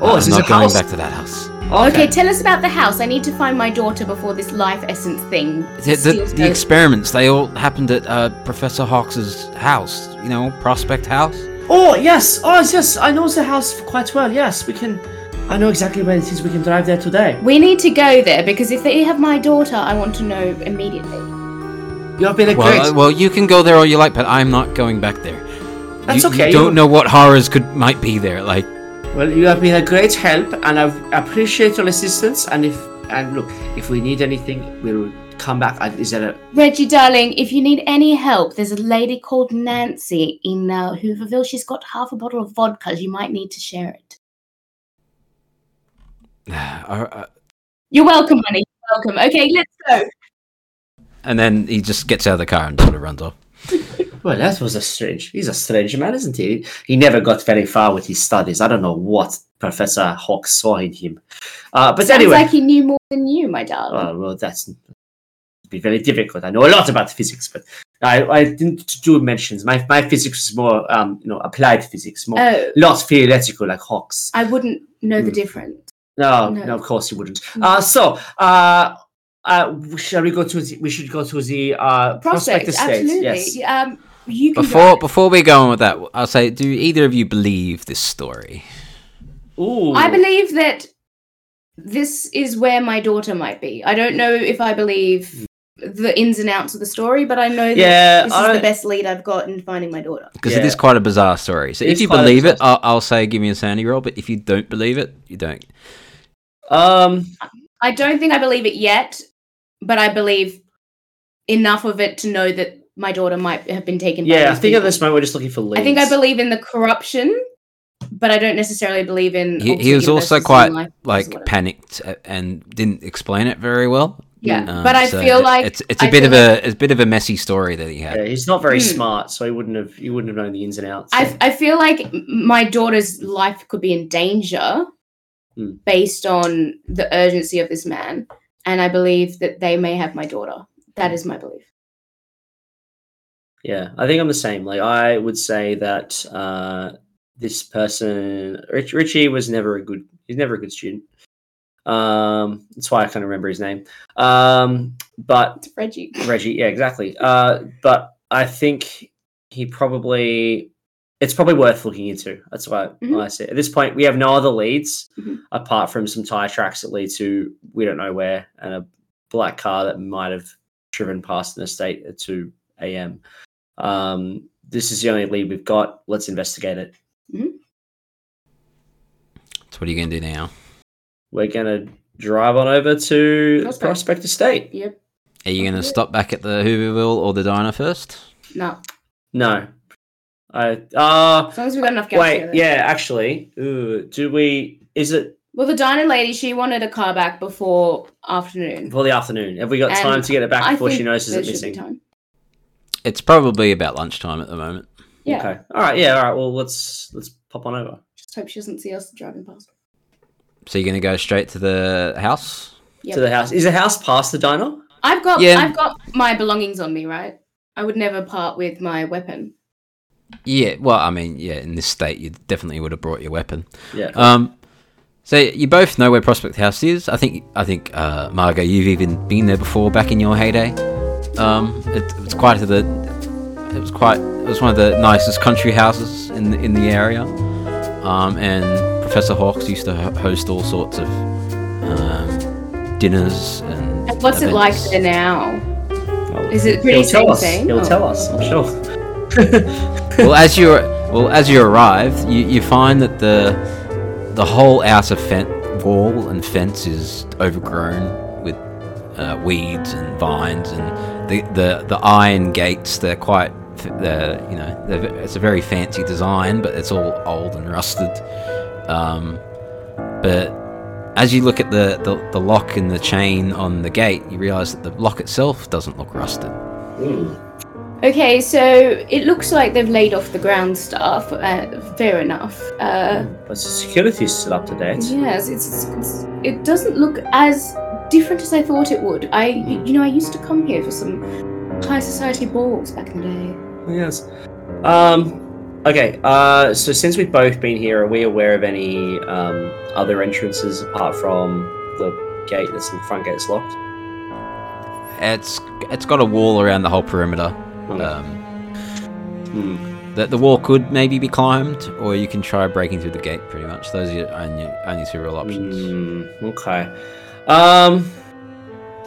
[SPEAKER 4] Oh,
[SPEAKER 1] I'm
[SPEAKER 4] is this
[SPEAKER 1] not
[SPEAKER 4] a
[SPEAKER 1] going
[SPEAKER 4] house?
[SPEAKER 1] back to that house.
[SPEAKER 3] Okay, tell us about the house. I need to find my daughter before this life essence thing.
[SPEAKER 1] The, the,
[SPEAKER 3] steals
[SPEAKER 1] the
[SPEAKER 3] her.
[SPEAKER 1] experiments they all happened at uh, Professor Hawks's house. You know, Prospect House.
[SPEAKER 4] Oh yes. Oh yes. I know the house quite well. Yes, we can. I know exactly where it is. We can drive there today.
[SPEAKER 3] we need to go there because if they have my daughter, I want to know immediately.
[SPEAKER 4] You have been a
[SPEAKER 1] Well,
[SPEAKER 4] great.
[SPEAKER 1] uh, well, you can go there all you like, but I'm not going back there.
[SPEAKER 4] That's
[SPEAKER 1] you,
[SPEAKER 4] okay,
[SPEAKER 1] You
[SPEAKER 4] you
[SPEAKER 1] don't
[SPEAKER 4] don't-
[SPEAKER 1] know what horrors could might be there. Like,
[SPEAKER 4] Well, you have been a great help, and I appreciate your assistance. And if and look, if we need anything, we'll come back. And Is there a?
[SPEAKER 3] Reggie, darling, if you need any help, there's a lady called Nancy in uh, Hooverville. She's got half a bottle of vodka. You might need to share it.
[SPEAKER 1] uh, uh,
[SPEAKER 3] You're welcome, honey. You're welcome. Okay, let's go.
[SPEAKER 1] and then he just gets out of the car and sort of runs off.
[SPEAKER 4] Well, that was a strange. He's a strange man, isn't he? He never got very far with his studies. I don't know what Professor Hawk saw in him. Uh, but
[SPEAKER 3] Sounds
[SPEAKER 4] anyway.
[SPEAKER 3] like he knew more than you, my darling.
[SPEAKER 4] Well, well, that's be very difficult. I know a lot about physics, but I, I didn't do mentions. My my physics is more um you know applied physics, more
[SPEAKER 3] oh,
[SPEAKER 4] not theoretical like Hawks.
[SPEAKER 3] I wouldn't know the
[SPEAKER 4] Mm.
[SPEAKER 3] difference.
[SPEAKER 4] No,
[SPEAKER 3] No. Mm.
[SPEAKER 4] no, of course you wouldn't.
[SPEAKER 3] No.
[SPEAKER 4] Uh so uh. Uh, shall we go to the, we should go to the uh
[SPEAKER 3] Prospect,
[SPEAKER 4] prospect estate
[SPEAKER 3] absolutely.
[SPEAKER 4] yes
[SPEAKER 3] Um, you can
[SPEAKER 1] Before
[SPEAKER 3] drive.
[SPEAKER 1] before we go on with that, I'll say, do either of you believe this story?
[SPEAKER 4] Ooh.
[SPEAKER 3] I believe that this is where my daughter might be. I don't know if I believe the ins and outs of the story, but I know that
[SPEAKER 4] Hmm. Yeah,
[SPEAKER 3] this
[SPEAKER 4] I
[SPEAKER 3] is
[SPEAKER 4] don't-
[SPEAKER 3] the best lead I've got in finding my daughter.
[SPEAKER 1] because it
[SPEAKER 4] Yeah.
[SPEAKER 1] is quite a bizarre story. So if
[SPEAKER 4] It's
[SPEAKER 1] you
[SPEAKER 4] quite a
[SPEAKER 1] believe it,
[SPEAKER 4] bizarre
[SPEAKER 1] I'll, I'll say give me a sanity roll. But if you don't believe it, you don't.
[SPEAKER 4] Um,
[SPEAKER 3] I don't think I believe it yet, but I believe enough of it to know that my daughter might have been taken. by
[SPEAKER 4] yeah, I
[SPEAKER 3] these
[SPEAKER 4] think at
[SPEAKER 3] people.
[SPEAKER 4] this moment we're just looking for leads.
[SPEAKER 3] I think I believe in the corruption, but I don't necessarily believe in.
[SPEAKER 1] He, he
[SPEAKER 3] alternate
[SPEAKER 1] was also
[SPEAKER 3] universes
[SPEAKER 1] quite
[SPEAKER 3] and life-
[SPEAKER 1] like
[SPEAKER 3] whatever.
[SPEAKER 1] panicked uh, and didn't explain it very well.
[SPEAKER 3] Yeah,
[SPEAKER 1] Um,
[SPEAKER 3] but I
[SPEAKER 1] so
[SPEAKER 3] feel
[SPEAKER 1] it-
[SPEAKER 3] like
[SPEAKER 1] it's it's a
[SPEAKER 3] I
[SPEAKER 1] bit
[SPEAKER 3] feel
[SPEAKER 1] of a it's a bit of a messy story that he had.
[SPEAKER 4] Yeah, he's not very
[SPEAKER 3] Hmm.
[SPEAKER 4] smart, so he wouldn't have he wouldn't have known the ins and outs.
[SPEAKER 3] I, I feel like m- my daughter's life could be in danger
[SPEAKER 4] Hmm.
[SPEAKER 3] based on the urgency of this man. And I believe that they may have my daughter. That is my belief.
[SPEAKER 4] Yeah, I think I'm the same. Like I would say that uh, this person, Rich, Richie, was never a good. He's never a good student. Um, that's why I can't remember his name. Um, but
[SPEAKER 3] It's Reggie.
[SPEAKER 4] Reggie, yeah, exactly. Uh, but I think he probably. It's probably worth looking into. That's why
[SPEAKER 3] Mhm.
[SPEAKER 4] I say at this point we have no other leads
[SPEAKER 3] Mhm.
[SPEAKER 4] apart from some tire tracks that lead to we don't know where and a black car that might have driven past an estate at two a.m. Um, this is the only lead we've got. Let's investigate it.
[SPEAKER 1] So what are you gonna do now?
[SPEAKER 4] We're gonna drive on over to
[SPEAKER 3] Prospect.
[SPEAKER 4] Prospect Estate.
[SPEAKER 3] Yep.
[SPEAKER 1] Are you gonna stop back at the Hooverville or the diner first?
[SPEAKER 3] No.
[SPEAKER 4] No, I uh
[SPEAKER 3] As long as we've got enough gas.
[SPEAKER 4] wait.
[SPEAKER 3] together.
[SPEAKER 4] Yeah, actually, ooh, do we? Is it
[SPEAKER 3] Well, the diner lady, she wanted a car back before afternoon.
[SPEAKER 4] for the afternoon? Have we got
[SPEAKER 3] And
[SPEAKER 4] time to get it back
[SPEAKER 3] Um, I
[SPEAKER 4] before she
[SPEAKER 3] think
[SPEAKER 4] notices
[SPEAKER 3] there
[SPEAKER 4] it
[SPEAKER 3] should be
[SPEAKER 4] missing?
[SPEAKER 3] time.
[SPEAKER 1] It's probably about lunchtime at the moment.
[SPEAKER 3] Yeah.
[SPEAKER 4] Okay. All right. Yeah. All right. Well, let's let's pop on over.
[SPEAKER 3] Just hope she doesn't see us driving past.
[SPEAKER 1] So you're gonna go straight to the house.
[SPEAKER 3] Yep.
[SPEAKER 4] to the house. Is the house past the diner?
[SPEAKER 3] I've got
[SPEAKER 1] Yeah.
[SPEAKER 3] I've got my belongings on me, right? I would never part with my weapon.
[SPEAKER 1] Yeah. Well, I mean, yeah. In this state, you definitely would have brought your weapon.
[SPEAKER 4] Yeah.
[SPEAKER 1] Um, so you both know where Prospect House is. I think I think uh, Margot, you've even been there before back in your heyday. Um, it, it was quite the it was quite it was one of the nicest country houses in the, in the area. Um, and Professor Hawks used to ho- host all sorts of um, dinners and.
[SPEAKER 3] And what's it like
[SPEAKER 1] events.
[SPEAKER 3] there now?
[SPEAKER 4] Well,
[SPEAKER 3] Is it pretty
[SPEAKER 4] He'll tell
[SPEAKER 3] same
[SPEAKER 4] us.
[SPEAKER 3] same?
[SPEAKER 4] He'll
[SPEAKER 3] Oh.
[SPEAKER 4] tell us. I'm sure.
[SPEAKER 1] well, as you well as you arrive, you, you find that the the whole outer fen- wall and fence is overgrown with uh, weeds and vines, and the, the, the iron gates they're quite f- they're, you know they're, ve- it's a very fancy design, but it's all old and rusted. Um, but as you look at the, the, the lock and the chain on the gate, you realise that the lock itself doesn't look rusted.
[SPEAKER 3] Uh. Okay, so it looks like they've laid off the ground staff. Uh, fair enough. Uh,
[SPEAKER 4] But the security's still up to date.
[SPEAKER 3] yes, it's, it's, it's it doesn't look as different as I thought it would. I you know I used to come here for some high society balls back in the day.
[SPEAKER 4] Oh, Yes. Um. Okay. Uh. So since we've both been here, are we aware of any um other entrances apart from the gate that's the front gate's locked?
[SPEAKER 1] It's it's got a wall around the whole perimeter.
[SPEAKER 4] Okay.
[SPEAKER 1] Um,
[SPEAKER 4] Hmm.
[SPEAKER 1] The, the wall could maybe be climbed, or you can try breaking through the gate, pretty much. Those are your only, only two real options.
[SPEAKER 4] Hmm, okay. Um.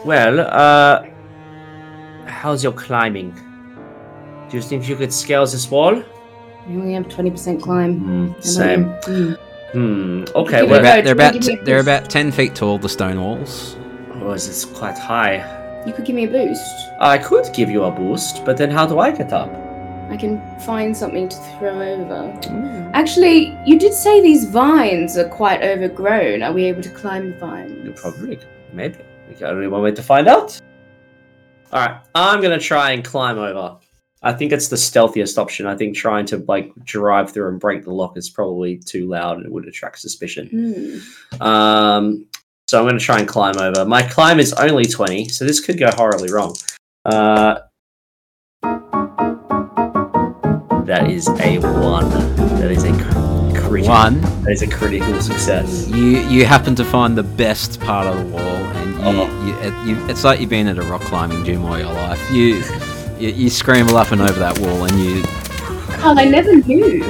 [SPEAKER 4] Well. Uh. How's your climbing? Do you think you could scale this wall?
[SPEAKER 3] I only have twenty percent climb.
[SPEAKER 4] Mm,
[SPEAKER 3] Am I-
[SPEAKER 4] same.
[SPEAKER 3] Mm.
[SPEAKER 4] Hmm. Okay.
[SPEAKER 1] They're
[SPEAKER 3] Well,
[SPEAKER 4] Well,
[SPEAKER 1] about, they're,
[SPEAKER 3] do you wanna
[SPEAKER 1] about,
[SPEAKER 3] give me a
[SPEAKER 1] they're
[SPEAKER 3] boost?
[SPEAKER 1] about 10 feet tall, the stone walls.
[SPEAKER 4] oh, this is quite high.
[SPEAKER 3] hmm, You could give me a boost.
[SPEAKER 4] I could give you a boost, but then how do I get up?
[SPEAKER 3] I can find something to throw over. Actually, you did say these vines are quite overgrown. Are we able to climb the vines?
[SPEAKER 4] You Probably, maybe. We got only one way to find out. All right, I'm gonna try and climb over. I think it's the stealthiest option. I think trying to like drive through and break the lock is probably too loud and it would attract suspicion.
[SPEAKER 3] Hmm.
[SPEAKER 4] Um, so I'm going to try and climb over. My climb is only 20, so this could go horribly wrong. Uh, that is a one. That is a cr- critical.
[SPEAKER 1] One,
[SPEAKER 4] That is a critical success.
[SPEAKER 1] you, you happen to find the best part of the wall, and you, you, it, you, it's like you've been at a rock climbing gym all your life. You, you, you scramble up and over that wall, and you,
[SPEAKER 3] Carl, I never knew.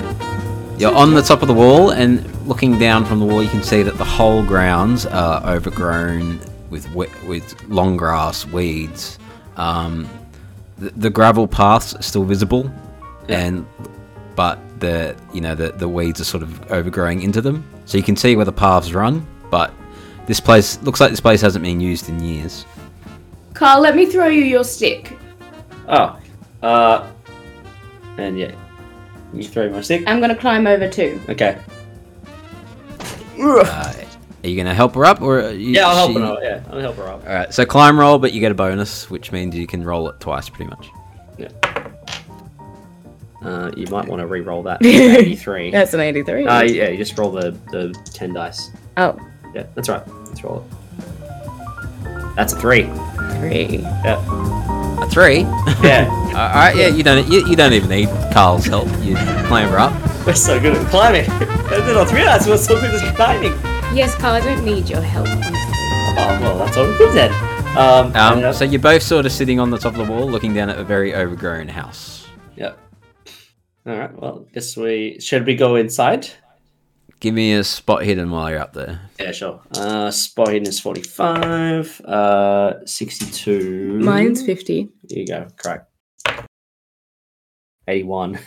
[SPEAKER 1] you're on the top of the wall, and looking down from the wall, you can see that the whole grounds are overgrown with, we- with long grass, weeds. Um, the, the gravel paths are still visible,
[SPEAKER 4] Yeah.
[SPEAKER 1] and but the you know the the weeds are sort of overgrowing into them, so you can see where the paths run. But this place looks like this place hasn't been used in years.
[SPEAKER 3] Carl, let me throw you your stick.
[SPEAKER 4] Oh. Uh. And yeah. You throw my stick.
[SPEAKER 3] I'm gonna climb over too.
[SPEAKER 4] Okay.
[SPEAKER 1] Uh, are you gonna help her up, or are you,
[SPEAKER 4] Yeah, I'll help
[SPEAKER 1] she-
[SPEAKER 4] her out. Yeah, I'll help her out.
[SPEAKER 1] All right, so climb roll, but you get a bonus, which means you can roll it twice, pretty much.
[SPEAKER 4] Uh, you might want to re-roll that. 83.
[SPEAKER 5] That's an 83.
[SPEAKER 4] Uh, yeah, you just roll the, the 10 dice.
[SPEAKER 5] oh,
[SPEAKER 4] Yeah, that's right. Let's roll it. That's a three.
[SPEAKER 5] three.
[SPEAKER 4] Yeah.
[SPEAKER 1] A three.
[SPEAKER 4] Yeah.
[SPEAKER 1] All right, Uh, yeah, you don't you, you don't even need Carl's help. You climb her up.
[SPEAKER 4] We're so good at climbing. I did not realize we're so good at climbing.
[SPEAKER 3] Yes, Carl, I don't need your help.
[SPEAKER 4] Oh, well, that's all good then. Um, and, uh,
[SPEAKER 1] Um, so you're both sort of sitting on the top of the wall, looking down at a very overgrown house.
[SPEAKER 4] yeah. All right, well, guess we... Should we go inside?
[SPEAKER 1] Give me a spot hidden while you're up there.
[SPEAKER 4] Yeah, sure. Uh, spot hidden is 45. Uh, 62.
[SPEAKER 5] Mine's 50.
[SPEAKER 4] There you go. Correct. 81.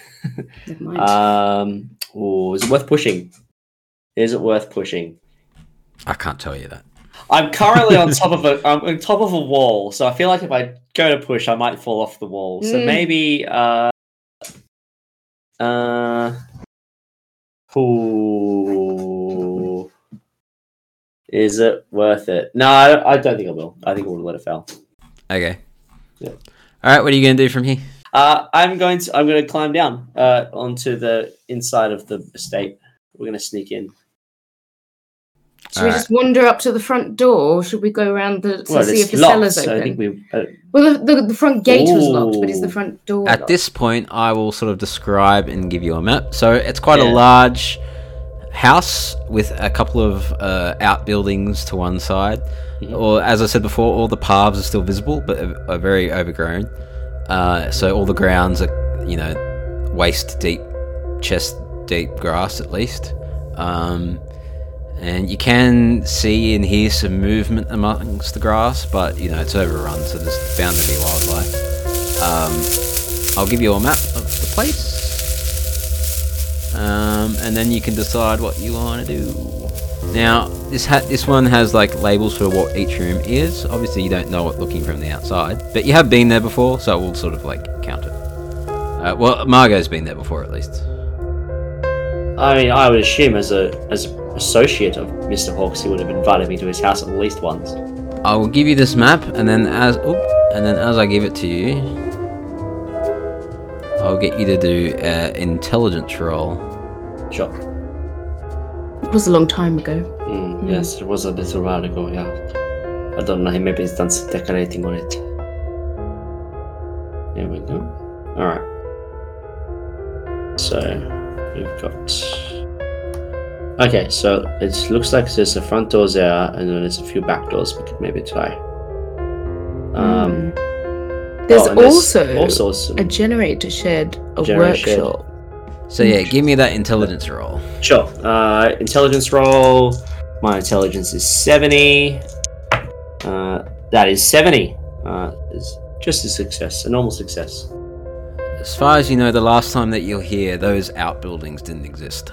[SPEAKER 5] Never mind.
[SPEAKER 4] Um, ooh, is it worth pushing? Is it worth pushing?
[SPEAKER 1] I can't tell you that.
[SPEAKER 4] I'm currently on top of a I'm on top of a wall, so I feel like if I go to push, I might fall off the wall. So
[SPEAKER 3] Mm.
[SPEAKER 4] maybe uh uh ooh. Is it worth it? No, I don't, I don't think I will. I think I will let it fail.
[SPEAKER 1] Okay.
[SPEAKER 4] Yeah.
[SPEAKER 1] All right, what are you going to do from here?
[SPEAKER 4] Uh, I'm going to I'm going to climb down uh, onto the inside of the estate. We're going to sneak in.
[SPEAKER 3] Should we
[SPEAKER 1] Alright.
[SPEAKER 3] just wander up to the front door, or should we go around the to
[SPEAKER 4] Well,
[SPEAKER 3] see
[SPEAKER 4] it's
[SPEAKER 3] if the
[SPEAKER 4] locked,
[SPEAKER 3] cellar's
[SPEAKER 4] so
[SPEAKER 3] open?
[SPEAKER 4] I think we. Uh,
[SPEAKER 3] Well, the, the, the front gate was locked, but is the
[SPEAKER 4] Ooh.
[SPEAKER 3] front door
[SPEAKER 1] At
[SPEAKER 3] locked?
[SPEAKER 1] this point, I will sort of describe and give you a map. So it's quite a
[SPEAKER 4] Yeah.
[SPEAKER 1] large house with a couple of uh, outbuildings to one side.
[SPEAKER 4] Mhm.
[SPEAKER 1] Or, as I said before, all the paths are still visible, but are, are very overgrown. Uh, so all the grounds are, you know, waist deep, chest deep grass at least. Um, and you can see and hear some movement amongst the grass, but you know it's overrun, so there's bound to be wildlife. Um, I'll give you a map of the place, um, and then you can decide what you want to do. Now, this ha- this one has like labels for what each room is. Obviously, you don't know it looking from the outside, but you have been there before, so we'll sort of like count it. Uh, well, Margot's been there before, at least.
[SPEAKER 4] I mean, I would assume as a as an associate of Mr. Hawks, he would have invited me to his house at least once.
[SPEAKER 1] I will give you this map, and then as oop, and then as I give it to you, I'll get you to do uh, intelligence roll.
[SPEAKER 4] Sure.
[SPEAKER 3] It was a long time ago.
[SPEAKER 5] Hmm.
[SPEAKER 4] Mm, Yes, it was a little while ago. Yeah. I don't know. Maybe he's done some decorating on it. There we go. All right. So we've got. Okay, so it looks like there's a front door there, and then there's a few back doors we could maybe try.
[SPEAKER 3] Hmm.
[SPEAKER 4] Um,
[SPEAKER 5] Hmm. There's
[SPEAKER 4] oh, and there's
[SPEAKER 5] also
[SPEAKER 4] also some-
[SPEAKER 5] a generator shed, a
[SPEAKER 4] Generator shed.
[SPEAKER 5] workshop.
[SPEAKER 1] So yeah, give me that intelligence roll.
[SPEAKER 4] Sure. Uh, intelligence roll. My intelligence is 70. Uh, that is 70. Uh, is just a success, a normal success.
[SPEAKER 1] As far as you know, the last time that you're here, those outbuildings didn't exist.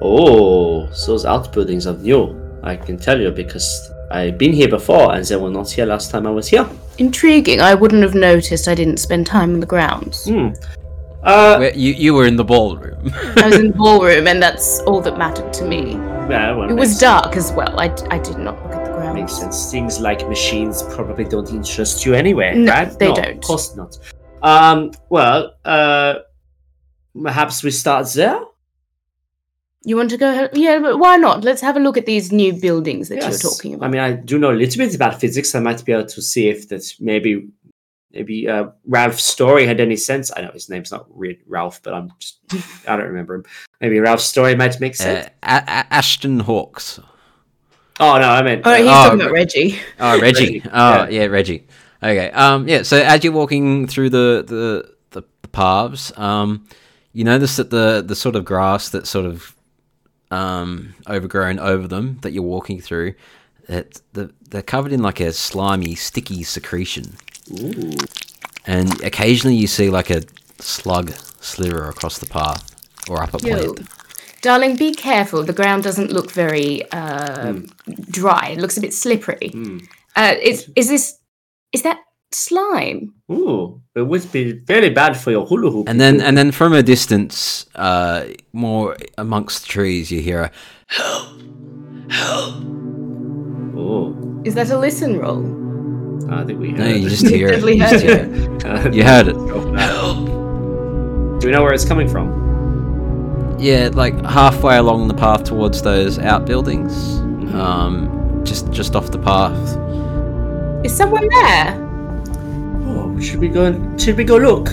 [SPEAKER 4] Oh, so those outbuildings are new. I can tell you because I've been here before and they were not here last time I was here.
[SPEAKER 3] Intriguing. I wouldn't have noticed. I didn't spend time on the grounds.
[SPEAKER 4] Hmm. Uh,
[SPEAKER 1] Where, you you were in the ballroom.
[SPEAKER 3] I was in the ballroom, and that's all that mattered to me.
[SPEAKER 4] yeah, well,
[SPEAKER 3] It was
[SPEAKER 4] makes-
[SPEAKER 3] dark as well. I, I did not look at the grounds.
[SPEAKER 4] Makes sense. Things like machines probably don't interest you anyway,
[SPEAKER 3] No,
[SPEAKER 4] right?
[SPEAKER 3] they
[SPEAKER 4] No, Of
[SPEAKER 3] don't.
[SPEAKER 4] course not. Um, well, uh, perhaps we start there.
[SPEAKER 3] You want to go? he- Yeah, but why not? Let's have a look at these new buildings that
[SPEAKER 4] Yes.
[SPEAKER 3] you're talking about.
[SPEAKER 4] I mean, I do know a little bit about physics. I might be able to see if that's maybe maybe uh, Ralph's story had any sense. I know his name's not Re- Ralph, but I'm just I don't remember him. Maybe Ralph's story might make
[SPEAKER 1] Uh,
[SPEAKER 4] sense.
[SPEAKER 1] A- A- Ashton Hawks.
[SPEAKER 4] oh no, I meant
[SPEAKER 5] Oh, he's
[SPEAKER 4] uh,
[SPEAKER 5] talking
[SPEAKER 1] oh,
[SPEAKER 5] about Reggie.
[SPEAKER 1] Oh, Reggie.
[SPEAKER 4] Reggie,
[SPEAKER 1] Oh,
[SPEAKER 4] yeah.
[SPEAKER 1] yeah, Reggie. Okay. Um, yeah. So as you're walking through the the the, the paths, um, you notice that the the sort of grass that's sort of um overgrown over them that you're walking through, that the, they're covered in like a slimy, sticky secretion.
[SPEAKER 4] Ooh.
[SPEAKER 1] and occasionally you see like a slug slither across the path or up a
[SPEAKER 3] Yo.
[SPEAKER 1] plant.
[SPEAKER 3] Darling, be careful. The ground doesn't look very uh, dry. It looks a bit slippery.
[SPEAKER 4] hmm,
[SPEAKER 3] Uh, is is this is that slime?
[SPEAKER 4] Ooh. It would be very bad for your hula hoop.
[SPEAKER 1] And then, uh, and then from a distance, uh, more amongst the trees, you hear a
[SPEAKER 4] Ooh.
[SPEAKER 3] Is that a listen roll?
[SPEAKER 4] Oh, I think we heard
[SPEAKER 1] no.
[SPEAKER 4] it.
[SPEAKER 1] You just hear it.
[SPEAKER 3] Deadly
[SPEAKER 1] You just hear it. You heard it.
[SPEAKER 4] Do we know where it's coming from?
[SPEAKER 1] Yeah, like halfway along the path towards those outbuildings, um, just just off the path.
[SPEAKER 3] Is someone there?
[SPEAKER 4] Oh, should we go? and- Should we go look?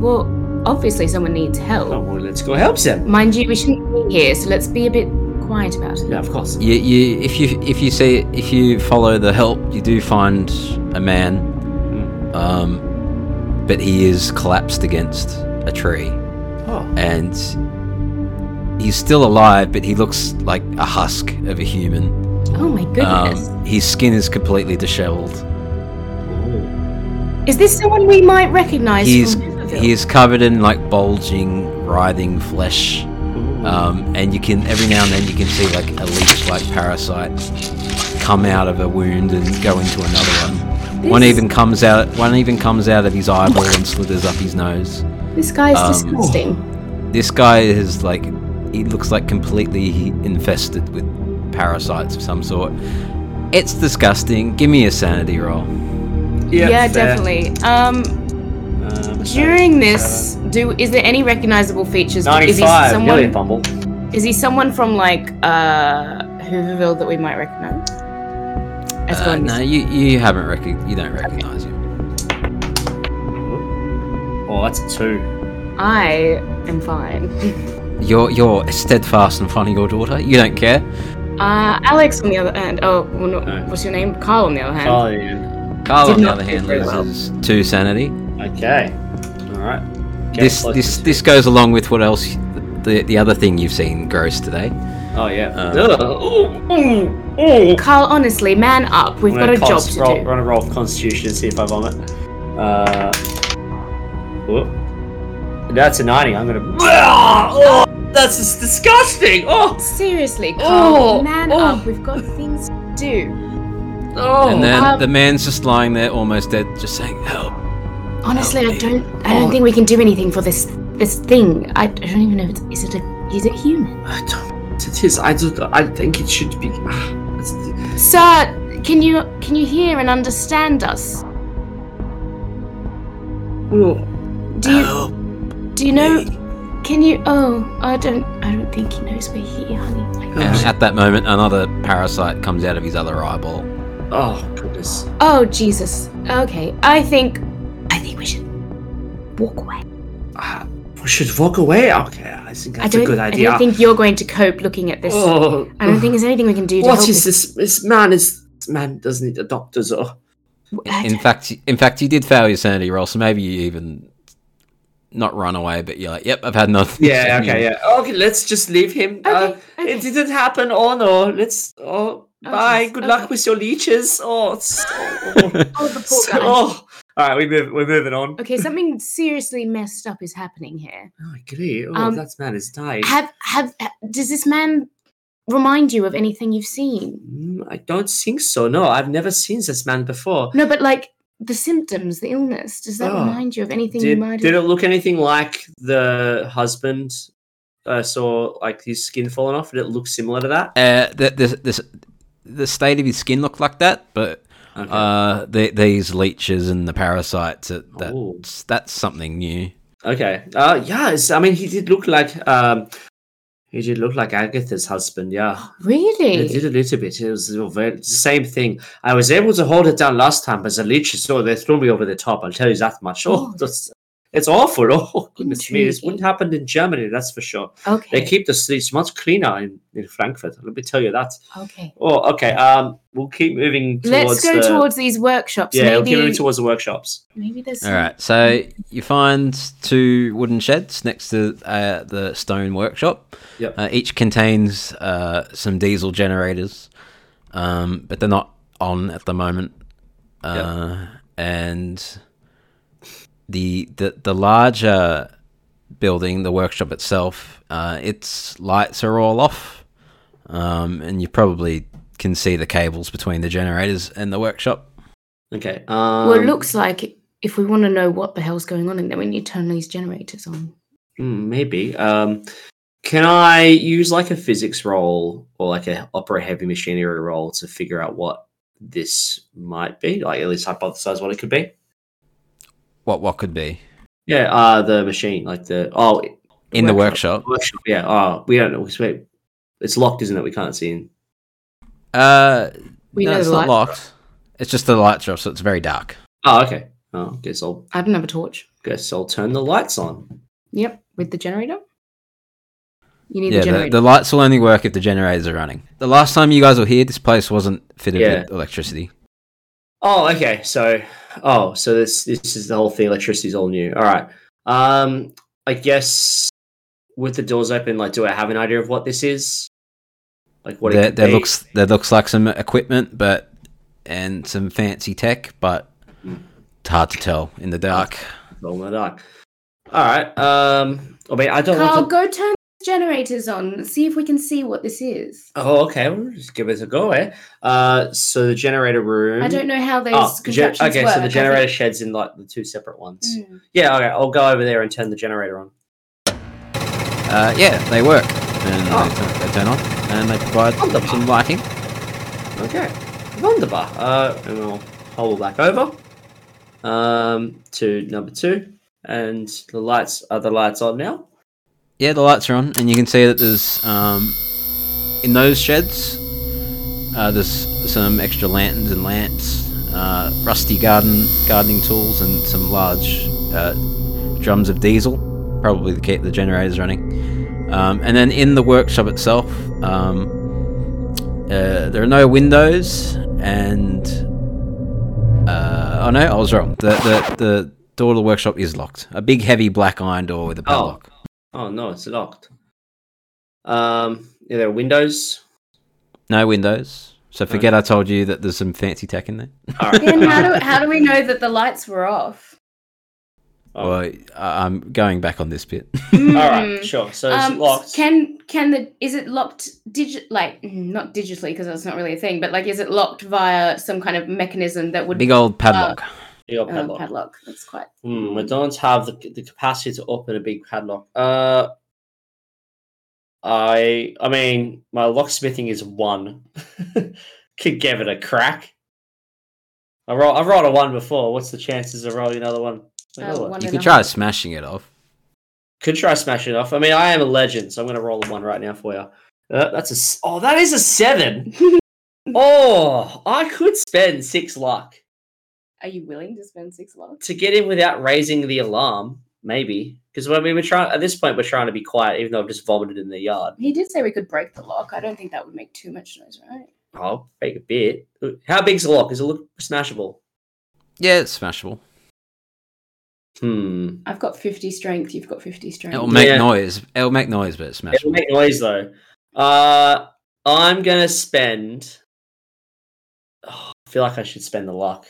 [SPEAKER 3] Well, obviously someone needs
[SPEAKER 4] Oh,
[SPEAKER 3] help.
[SPEAKER 4] well, let's go help them.
[SPEAKER 3] Mind you, we shouldn't be here, so let's be a bit quiet about it.
[SPEAKER 4] Yeah, of course.
[SPEAKER 1] You, you, if you if you see if you follow the help, you do find a man, um, but he is collapsed against a tree,
[SPEAKER 4] Oh,
[SPEAKER 1] and he's still alive, but he looks like a husk of a human.
[SPEAKER 3] Oh my goodness!
[SPEAKER 1] Um, his skin is completely dishevelled.
[SPEAKER 3] is this someone we might recognise?
[SPEAKER 1] He's
[SPEAKER 3] from Riverville?
[SPEAKER 1] he is covered in like bulging, writhing flesh. Um, and you can every now and then you can see like a leech-like parasite come out of a wound and go into another one. One
[SPEAKER 3] This-
[SPEAKER 1] even comes out. One even comes out of his eyeball and slithers up his nose.
[SPEAKER 3] This guy is
[SPEAKER 1] um,
[SPEAKER 3] disgusting.
[SPEAKER 1] This guy is like, he looks like completely infested with parasites of some sort. It's disgusting. Give me a sanity roll.
[SPEAKER 4] fair.
[SPEAKER 3] Yeah, definitely. Um,
[SPEAKER 4] Um,
[SPEAKER 2] uh,
[SPEAKER 3] during this, do is there any recognisable features? Is he
[SPEAKER 4] ninety-five.
[SPEAKER 3] someone?
[SPEAKER 4] nearly fumble.
[SPEAKER 3] Is he someone from like uh Hooverville that we might recognize? As
[SPEAKER 1] Uh,
[SPEAKER 3] going
[SPEAKER 1] no, you you haven't recog You don't recognize him.
[SPEAKER 4] Oh, that's a two.
[SPEAKER 3] I am fine.
[SPEAKER 1] You're you're steadfast in finding your daughter. You don't care.
[SPEAKER 3] Uh, Alex on the other hand. Oh, well, no,
[SPEAKER 4] No.
[SPEAKER 3] what's your name? Carl on the other hand.
[SPEAKER 4] Oh, yeah.
[SPEAKER 1] Carl,
[SPEAKER 3] Did
[SPEAKER 1] on the
[SPEAKER 3] not
[SPEAKER 1] other
[SPEAKER 3] do
[SPEAKER 1] hand,
[SPEAKER 3] very well.
[SPEAKER 1] loses two sanity.
[SPEAKER 4] Okay. All right. Okay,
[SPEAKER 1] this
[SPEAKER 4] close
[SPEAKER 1] this
[SPEAKER 4] to-
[SPEAKER 1] this goes along with what else the the other thing you've seen grows today.
[SPEAKER 4] Oh yeah.
[SPEAKER 2] uh,
[SPEAKER 1] Um,
[SPEAKER 4] Ugh. Ooh, ooh, ooh.
[SPEAKER 3] Carl, honestly, man up. We've
[SPEAKER 4] I'm
[SPEAKER 3] got a
[SPEAKER 4] gonna
[SPEAKER 3] job
[SPEAKER 4] cons-
[SPEAKER 3] to
[SPEAKER 4] roll,
[SPEAKER 3] do.
[SPEAKER 4] Run a roll of Constitution and see if I vomit. Uh, whoop. That's a ninety. I'm gonna. Oh, that's just disgusting. Oh,
[SPEAKER 3] Seriously, Carl,
[SPEAKER 4] Oh,
[SPEAKER 3] man
[SPEAKER 4] oh.
[SPEAKER 3] up. We've got things to do.
[SPEAKER 4] oh.
[SPEAKER 1] and then
[SPEAKER 3] um,
[SPEAKER 1] the man's just lying there, almost dead, just saying help.
[SPEAKER 3] Honestly, I
[SPEAKER 1] Help me.
[SPEAKER 3] don't. I don't
[SPEAKER 1] Oh.
[SPEAKER 3] think we can do anything for this this thing. I don't even know. If it's, is it a? Is it human?
[SPEAKER 2] I don't. It is. I don't. I think it should be. ah, it's-
[SPEAKER 3] Sir, can you can you hear and understand us?
[SPEAKER 2] oh,
[SPEAKER 3] Do you?
[SPEAKER 2] help
[SPEAKER 3] Do you know? Can you? Oh, I don't. I don't think he knows we're here, honey.
[SPEAKER 2] Oh,
[SPEAKER 1] And at that moment, another parasite comes out of his other eyeball.
[SPEAKER 2] Oh goodness.
[SPEAKER 3] Oh Jesus. Okay. I think. I think we should walk away.
[SPEAKER 4] Uh,
[SPEAKER 2] Ah, we should walk away. Okay, I think that's
[SPEAKER 3] I
[SPEAKER 2] a
[SPEAKER 3] don't.
[SPEAKER 2] good idea.
[SPEAKER 3] I don't think you're going to cope looking at this.
[SPEAKER 2] oh,
[SPEAKER 3] I don't think there's anything we can do to help
[SPEAKER 2] what is this? This man is. This man does need a doctor's. Oh,
[SPEAKER 3] I
[SPEAKER 1] In
[SPEAKER 3] don't-
[SPEAKER 1] fact, in fact, you did fail your sanity roll, so maybe you even not run away, but you're like, yep, I've had enough.
[SPEAKER 4] Yeah. Okay. Yeah. Okay. Let's just leave him. Uh,
[SPEAKER 3] Okay. okay.
[SPEAKER 4] It didn't happen. Oh no. Let's. Oh.
[SPEAKER 3] Oh,
[SPEAKER 4] Bye.
[SPEAKER 3] jeez.
[SPEAKER 4] Good
[SPEAKER 3] Okay.
[SPEAKER 4] luck with your leeches. Oh. it's- oh,
[SPEAKER 3] Oh, the poor
[SPEAKER 4] so-
[SPEAKER 3] guy.
[SPEAKER 4] oh. All right. We move. We're moving on.
[SPEAKER 3] Okay, something seriously messed up is happening here.
[SPEAKER 2] I agree. Oh,
[SPEAKER 3] Um,
[SPEAKER 2] that man is dying.
[SPEAKER 3] Have have does this man remind you of anything you've seen?
[SPEAKER 2] Mm,
[SPEAKER 4] I don't think so. No, I've never seen this man before.
[SPEAKER 3] No, but like the symptoms, the illness, does that
[SPEAKER 2] Oh,
[SPEAKER 3] remind you of anything
[SPEAKER 4] Ah,
[SPEAKER 3] you
[SPEAKER 4] Did,
[SPEAKER 3] might
[SPEAKER 4] did
[SPEAKER 3] have
[SPEAKER 4] it look anything like the husband uh, saw like his skin falling off? Did it look similar to that?
[SPEAKER 1] Uh, the, the, the, the state of his skin looked like that, but
[SPEAKER 4] Okay.
[SPEAKER 1] uh, the, these leeches and the parasites, uh,
[SPEAKER 4] Ooh.
[SPEAKER 1] that's, that's something new.
[SPEAKER 4] okay. Uh, yeah, it's, I mean, he did look like um, he did look like Agatha's husband. Yeah,
[SPEAKER 3] Really?
[SPEAKER 4] it did a little bit. It was a very, it's the same thing. I was able to hold it down last time, but the leeches, oh, they threw me over the top. I'll tell you that much. Oh,
[SPEAKER 3] Oh,
[SPEAKER 4] that's, it's awful. Oh, goodness me, this wouldn't
[SPEAKER 3] Intriguing.
[SPEAKER 4] happen in Germany, that's for sure. They
[SPEAKER 3] Okay.
[SPEAKER 4] keep the streets much cleaner in, in Frankfurt. Let me tell you that.
[SPEAKER 3] okay.
[SPEAKER 4] Oh, okay. Um, we'll keep moving towards.
[SPEAKER 3] Let's go
[SPEAKER 4] the,
[SPEAKER 3] towards these workshops.
[SPEAKER 4] Yeah, we'll
[SPEAKER 3] maybe,
[SPEAKER 4] keep moving towards the workshops.
[SPEAKER 3] maybe there's.
[SPEAKER 1] All right, so you find two wooden sheds next to uh, the stone workshop.
[SPEAKER 4] Yep.
[SPEAKER 1] Uh, each contains uh, some diesel generators, um, but they're not on at the moment. Uh, and the the the larger building, the workshop itself, uh, its lights are all off, um, and you probably can see the cables between the generators and the workshop.
[SPEAKER 4] Okay. Um,
[SPEAKER 3] well, it looks like if we want to know what the hell's going on in there, we need to turn these generators on.
[SPEAKER 4] mm, maybe. Um, can I use like a physics roll or like a opera heavy machinery roll to figure out what this might be? Like at least hypothesize what it could be.
[SPEAKER 1] What what could be
[SPEAKER 4] Yeah. Uh, the machine, like the oh,
[SPEAKER 1] in the workshop?
[SPEAKER 4] workshop. Yeah. Oh, we don't know. 'cause we- It's locked, isn't it? We can't see. In.
[SPEAKER 1] Uh,
[SPEAKER 5] We
[SPEAKER 1] no,
[SPEAKER 5] know
[SPEAKER 1] it's
[SPEAKER 5] the
[SPEAKER 1] not
[SPEAKER 5] lights
[SPEAKER 1] locked. It's just the lights are off, so it's very dark.
[SPEAKER 4] Oh, okay. Oh, guess I'll
[SPEAKER 3] I don't have a torch.
[SPEAKER 4] guess I'll turn the lights on.
[SPEAKER 3] Yep, with the generator. You need
[SPEAKER 1] yeah,
[SPEAKER 3] the
[SPEAKER 1] the,
[SPEAKER 3] generator.
[SPEAKER 1] the lights will only work if the generators are running. The last time you guys were here, this place wasn't fitted
[SPEAKER 4] Yeah.
[SPEAKER 1] with electricity.
[SPEAKER 4] Oh, okay. So, oh, so this this is the whole thing. Electricity's all new. All right. Um, I guess with the doors open, like, do I have an idea of what this is? Like, what it
[SPEAKER 1] there,
[SPEAKER 4] could
[SPEAKER 1] there
[SPEAKER 4] be?
[SPEAKER 1] looks there looks like some equipment, but and some fancy tech, but
[SPEAKER 4] Hmm.
[SPEAKER 1] it's hard to tell in the dark.
[SPEAKER 4] Roll in the dark. Oh All right. Um, I mean, I don't.
[SPEAKER 3] Carl,
[SPEAKER 4] want to...
[SPEAKER 3] go turn the generators on. See if we can see what this is.
[SPEAKER 4] Oh, okay. We'll just give it a go. Eh? Uh, so the generator room.
[SPEAKER 3] I don't know how those
[SPEAKER 4] Oh, the gen-
[SPEAKER 3] contraptions
[SPEAKER 4] okay.
[SPEAKER 3] work.
[SPEAKER 4] So the
[SPEAKER 3] I
[SPEAKER 4] generator
[SPEAKER 3] think-
[SPEAKER 4] sheds in like the two separate ones.
[SPEAKER 3] Mm.
[SPEAKER 4] Yeah. Okay. I'll go over there and turn the generator on.
[SPEAKER 1] Uh, yeah, they work, and they, turn, they turn on, and they provide
[SPEAKER 4] Oh. Wonderful.
[SPEAKER 1] some lighting.
[SPEAKER 4] Okay. Wunderbar. Uh, and I'll hobble back over um, to number two. And the lights are the lights on now.
[SPEAKER 1] Yeah, the lights are on, and you can see that there's um, in those sheds. Uh, there's some extra lanterns and lamps, uh, rusty garden gardening tools, and some large uh, drums of diesel, probably to keep the generators running. Um, and then in the workshop itself, um, uh, there are no windows, and uh, oh no, I was wrong. The, the the door to the workshop is locked. A big, heavy black iron door with a padlock.
[SPEAKER 4] Oh no, it's locked. Um, yeah, there are windows.
[SPEAKER 1] No windows. So forget I told you that there's some fancy tech in there.
[SPEAKER 4] All right.
[SPEAKER 3] Then how do, how do we know that the lights were off?
[SPEAKER 4] Oh.
[SPEAKER 1] Well, I- I'm going back on this bit.
[SPEAKER 4] All right. Sure. So it's
[SPEAKER 3] Um,
[SPEAKER 4] locked.
[SPEAKER 3] Can can the is it locked digit like mm, not digitally because that's not really a thing, but like is it locked via some kind of mechanism that would
[SPEAKER 1] Big old padlock.
[SPEAKER 4] Your
[SPEAKER 3] uh,
[SPEAKER 4] padlock.
[SPEAKER 3] padlock? That's quite
[SPEAKER 4] Hmm, I don't have the, the capacity to open a big padlock. Uh, I I mean, my locksmithing is one. Could give it a crack. I roll. I've rolled a one before. What's the chances of rolling another one? Another
[SPEAKER 3] uh,
[SPEAKER 4] one.
[SPEAKER 3] one
[SPEAKER 1] you
[SPEAKER 3] and
[SPEAKER 1] could
[SPEAKER 3] a
[SPEAKER 1] try
[SPEAKER 3] half.
[SPEAKER 1] smashing it off.
[SPEAKER 4] Could try smashing it off. I mean, I am a legend, so I'm going to roll a one right now for you. Uh, that's a s- oh, that is a seven. oh, I could spend six luck
[SPEAKER 3] Are you willing to spend six lots?
[SPEAKER 4] to get in without raising the alarm, maybe. Because I mean, we're trying at this point, we're trying to be quiet, even though I've just vomited in the yard.
[SPEAKER 3] He did say we could break the lock. I don't think that would make too much noise, right?
[SPEAKER 4] I'll make a bit. How big's the lock? Is it look smashable?
[SPEAKER 1] Yeah, it's smashable.
[SPEAKER 4] Hmm.
[SPEAKER 3] I've got fifty strength. You've got fifty strength.
[SPEAKER 1] It'll make
[SPEAKER 4] Yeah.
[SPEAKER 1] noise. It'll make noise, but it's
[SPEAKER 4] It'll
[SPEAKER 1] smashable.
[SPEAKER 4] make noise though. Uh, I'm gonna spend. Oh, I feel like I should spend the luck.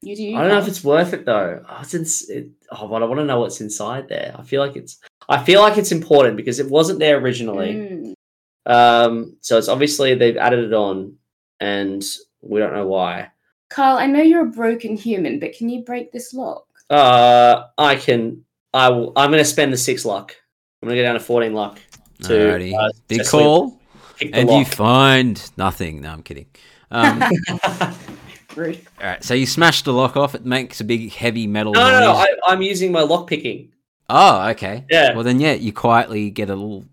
[SPEAKER 3] you do. you
[SPEAKER 4] I don't know if
[SPEAKER 3] can't.
[SPEAKER 4] it's worth it though. Oh, it's ins- it, oh, but I want to know what's inside there. I feel like it's. I feel like it's important because it wasn't there originally.
[SPEAKER 3] Mm.
[SPEAKER 4] Um, so it's obviously they've added it on, and we don't know why.
[SPEAKER 3] Carl, I know you're a broken human, but can you break this lock?
[SPEAKER 4] Uh, I can. I will. I'm going to spend the six luck. I'm going to go down to fourteen luck.
[SPEAKER 1] Alrighty.
[SPEAKER 4] To, uh,
[SPEAKER 1] Big
[SPEAKER 4] just
[SPEAKER 1] call.
[SPEAKER 4] pick the
[SPEAKER 1] And you
[SPEAKER 4] lock.
[SPEAKER 1] find nothing. No, I'm kidding. Um,
[SPEAKER 3] Rude.
[SPEAKER 1] all right, so you smash the lock off. It makes a big, heavy metal
[SPEAKER 4] no, no, no.
[SPEAKER 1] noise.
[SPEAKER 4] I, I'm using my lock picking.
[SPEAKER 1] Oh, okay.
[SPEAKER 4] Yeah.
[SPEAKER 1] Well, then, yeah, you quietly get a little,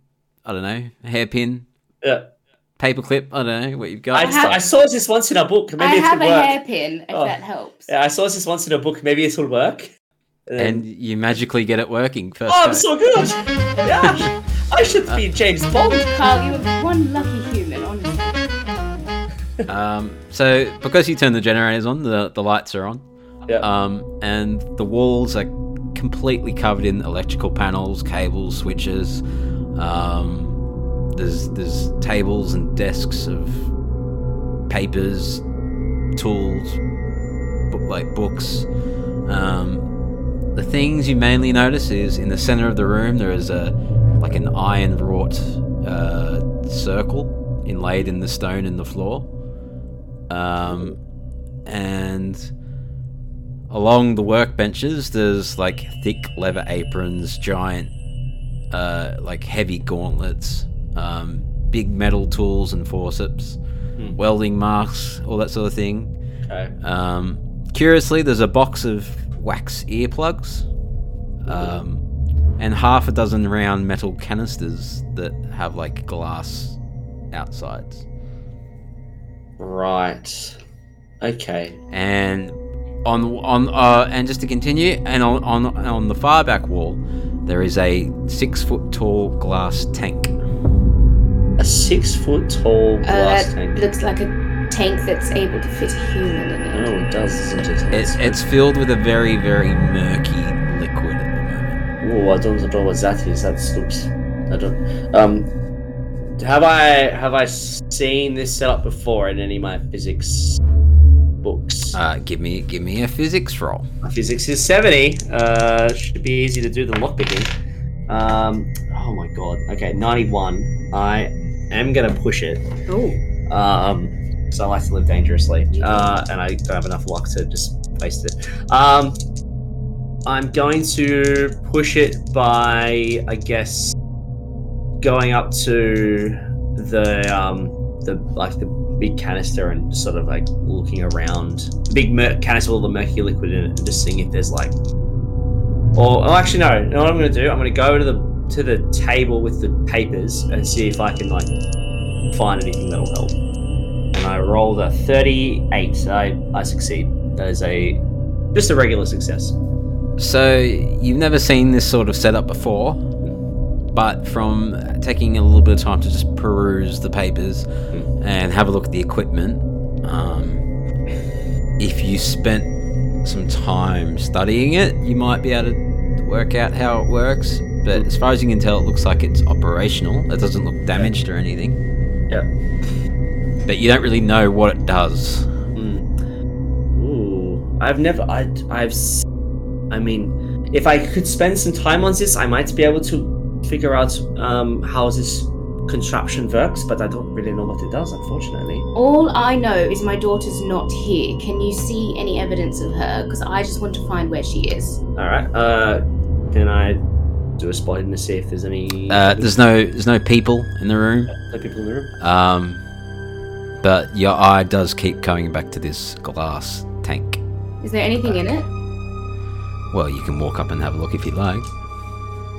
[SPEAKER 1] I don't know, hairpin,
[SPEAKER 4] Yeah.
[SPEAKER 1] paperclip. I don't know what you've got.
[SPEAKER 4] I, I saw this once in a book. Maybe
[SPEAKER 3] I
[SPEAKER 4] it
[SPEAKER 3] have
[SPEAKER 4] could
[SPEAKER 3] a
[SPEAKER 4] work.
[SPEAKER 3] hairpin, if
[SPEAKER 4] Oh.
[SPEAKER 3] that helps.
[SPEAKER 4] Yeah, I saw this once in a book. Maybe it will work. And, then-
[SPEAKER 1] and you magically get it working first.
[SPEAKER 4] oh,
[SPEAKER 1] go.
[SPEAKER 4] I'm so good. yeah, I should be James Bond.
[SPEAKER 3] Carl, you are one lucky human, honestly.
[SPEAKER 1] Um, so because you turn the generators on, the, the lights are on,
[SPEAKER 4] Yeah.
[SPEAKER 1] um, and the walls are completely covered in electrical panels, cables, switches. Um, there's there's tables and desks of papers, tools, bu- like books. Um, the things you mainly notice is in the center of the room there is a like an iron wrought uh, circle inlaid in the stone in the floor, um, and along the workbenches there's like thick leather aprons, giant uh, like heavy gauntlets, um, big metal tools and forceps,
[SPEAKER 4] Hmm.
[SPEAKER 1] welding masks, all that sort of thing.
[SPEAKER 4] Okay.
[SPEAKER 1] Um, curiously, there's a box of wax earplugs um, and half a dozen round metal canisters that have like glass outsides.
[SPEAKER 4] Right. Okay.
[SPEAKER 1] And on on uh, and just to continue, and on, on on the far back wall, there is a six foot tall glass tank.
[SPEAKER 4] A six foot tall
[SPEAKER 6] Uh,
[SPEAKER 4] glass
[SPEAKER 6] that
[SPEAKER 4] tank.
[SPEAKER 6] looks like a tank that's able to fit a human in it.
[SPEAKER 4] Oh, it does, doesn't it?
[SPEAKER 1] It, it's filled with a very very murky liquid at the moment.
[SPEAKER 4] Oh, I don't know what that is. That looks. I don't. Um, have I have I seen this setup before in any of my physics books?
[SPEAKER 1] Uh, give me give me a physics roll.
[SPEAKER 4] My physics is seventy. Uh, should be easy to do the lockpicking. Um, oh my god. Okay, ninety-one. I am gonna push it.
[SPEAKER 3] Oh.
[SPEAKER 4] Um, so I like to live dangerously, uh, and I don't have enough luck to just waste it. Um, I'm going to push it by, I guess, going up to the um, the like the big canister and sort of like looking around the big mer- canister with all the murky liquid in it, and just seeing if there's like. Or oh, actually no. You know what I'm going to do? I'm going to go to the to the table with the papers and see if I can like find anything that'll help. And I rolled a 38. I, I succeed. That is a just a regular success.
[SPEAKER 1] So you've never seen this sort of setup before, but from taking a little bit of time to just peruse the papers and have a look at the equipment, um, if you spent some time studying it, you might be able to work out how it works. But as far as you can tell, it looks like it's operational. It doesn't look damaged or anything.
[SPEAKER 4] Yeah.
[SPEAKER 1] But you don't really know what it does.
[SPEAKER 4] Hmm. Ooh, I've never. I I've. s- I mean, if I could spend some time on this, I might be able to figure out um, how this contraption works. But I don't really know what it does, unfortunately.
[SPEAKER 6] All I know is my daughter's not here. Can you see any evidence of her? Because I just want to find where she is.
[SPEAKER 4] All right. Uh, can I do a spot in to see if there's any?
[SPEAKER 1] Uh, there's no there's no people in the room.
[SPEAKER 4] no people in the room.
[SPEAKER 1] Um, but your eye does keep coming back to this glass tank.
[SPEAKER 6] Is there anything in it?
[SPEAKER 1] Well, you can walk up and have a look if you like.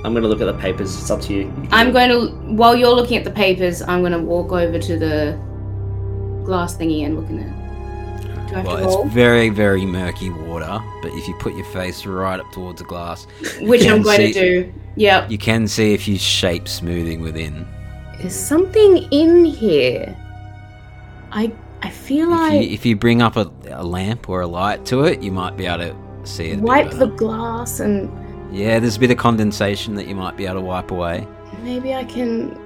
[SPEAKER 4] I'm gonna look at the papers. It's up to you. You can
[SPEAKER 6] I'm
[SPEAKER 4] do-
[SPEAKER 6] going to, while you're looking at the papers, I'm going to walk over to the glass thingy and look in it. Do I have
[SPEAKER 1] Well,
[SPEAKER 6] to roll?
[SPEAKER 1] it's very, very murky water, but if you put your face right up towards the glass,
[SPEAKER 6] Which I'm
[SPEAKER 1] Yeah,
[SPEAKER 6] going
[SPEAKER 1] see-
[SPEAKER 6] to do. Yep.
[SPEAKER 1] you can see a few shapes smoothing within.
[SPEAKER 5] Is something in here? I I feel
[SPEAKER 1] If you,
[SPEAKER 5] like
[SPEAKER 1] if you bring up a, a lamp or a light to it, you might be able to see it. a bit
[SPEAKER 5] wipe the
[SPEAKER 1] better.
[SPEAKER 5] glass and
[SPEAKER 1] Yeah, there's a bit of condensation that you might be able to wipe away.
[SPEAKER 5] maybe I can.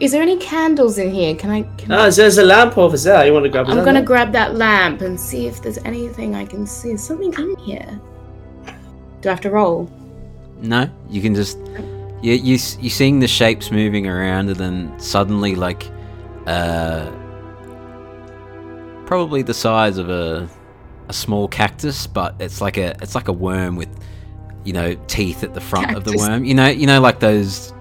[SPEAKER 5] Is there any candles in here? Can I? Can
[SPEAKER 1] Uh,
[SPEAKER 5] I...
[SPEAKER 4] Ah, there's a lamp over there. You want to grab
[SPEAKER 5] I'm
[SPEAKER 4] that
[SPEAKER 5] gonna
[SPEAKER 4] lamp?
[SPEAKER 5] grab that lamp and see if there's anything I can see. Is something in here? Do I have to roll?
[SPEAKER 1] No, you can just you you s- you seeing the shapes moving around, and then suddenly like, uh, probably the size of a a small cactus, but it's like a it's like a worm with you know teeth at the front of the
[SPEAKER 5] Cactus.
[SPEAKER 1] worm. You know you know like those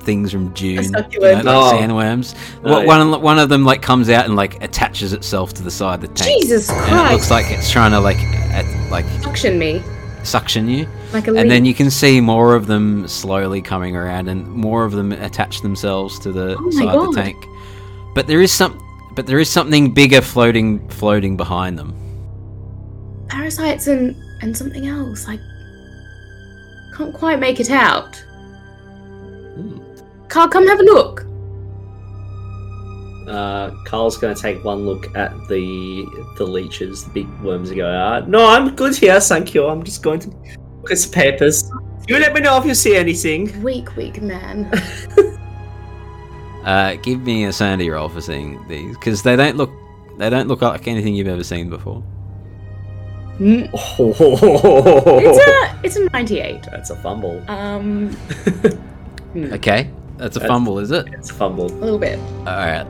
[SPEAKER 1] things from June, you know, like
[SPEAKER 5] succulent.
[SPEAKER 4] Oh.
[SPEAKER 1] sandworms.
[SPEAKER 4] Oh,
[SPEAKER 1] Wha-
[SPEAKER 4] yeah.
[SPEAKER 1] one of- one of them like comes out and like attaches itself to the side of the tank,
[SPEAKER 5] Jesus
[SPEAKER 1] and it
[SPEAKER 5] Christ!
[SPEAKER 1] looks like it's trying to like at, like
[SPEAKER 5] Suction me
[SPEAKER 1] suction you
[SPEAKER 5] like a leaf.
[SPEAKER 1] and then you can see more of them slowly coming around and more of them attach themselves to the
[SPEAKER 5] Oh my
[SPEAKER 1] side of the
[SPEAKER 5] God.
[SPEAKER 1] tank but there is some but there is something bigger floating floating behind them
[SPEAKER 5] parasites and and something else. I can't quite make it out.
[SPEAKER 1] Hmm.
[SPEAKER 5] Carl, come have a look.
[SPEAKER 4] Uh, Carl's gonna take one look at the the leeches, the big worms, and go, uh, "No, I'm good here, thank you. I'm just going to look at some papers. You let me know if you see anything."
[SPEAKER 5] Weak, weak man.
[SPEAKER 1] uh, give me a sanity roll for seeing these because they don't look they don't look like anything you've ever seen before
[SPEAKER 3] Mm, It's a it's a 98.
[SPEAKER 4] That's a fumble.
[SPEAKER 3] Um,
[SPEAKER 1] Okay, that's a fumble, is it?
[SPEAKER 4] It's a fumble.
[SPEAKER 3] a little bit.
[SPEAKER 1] All right.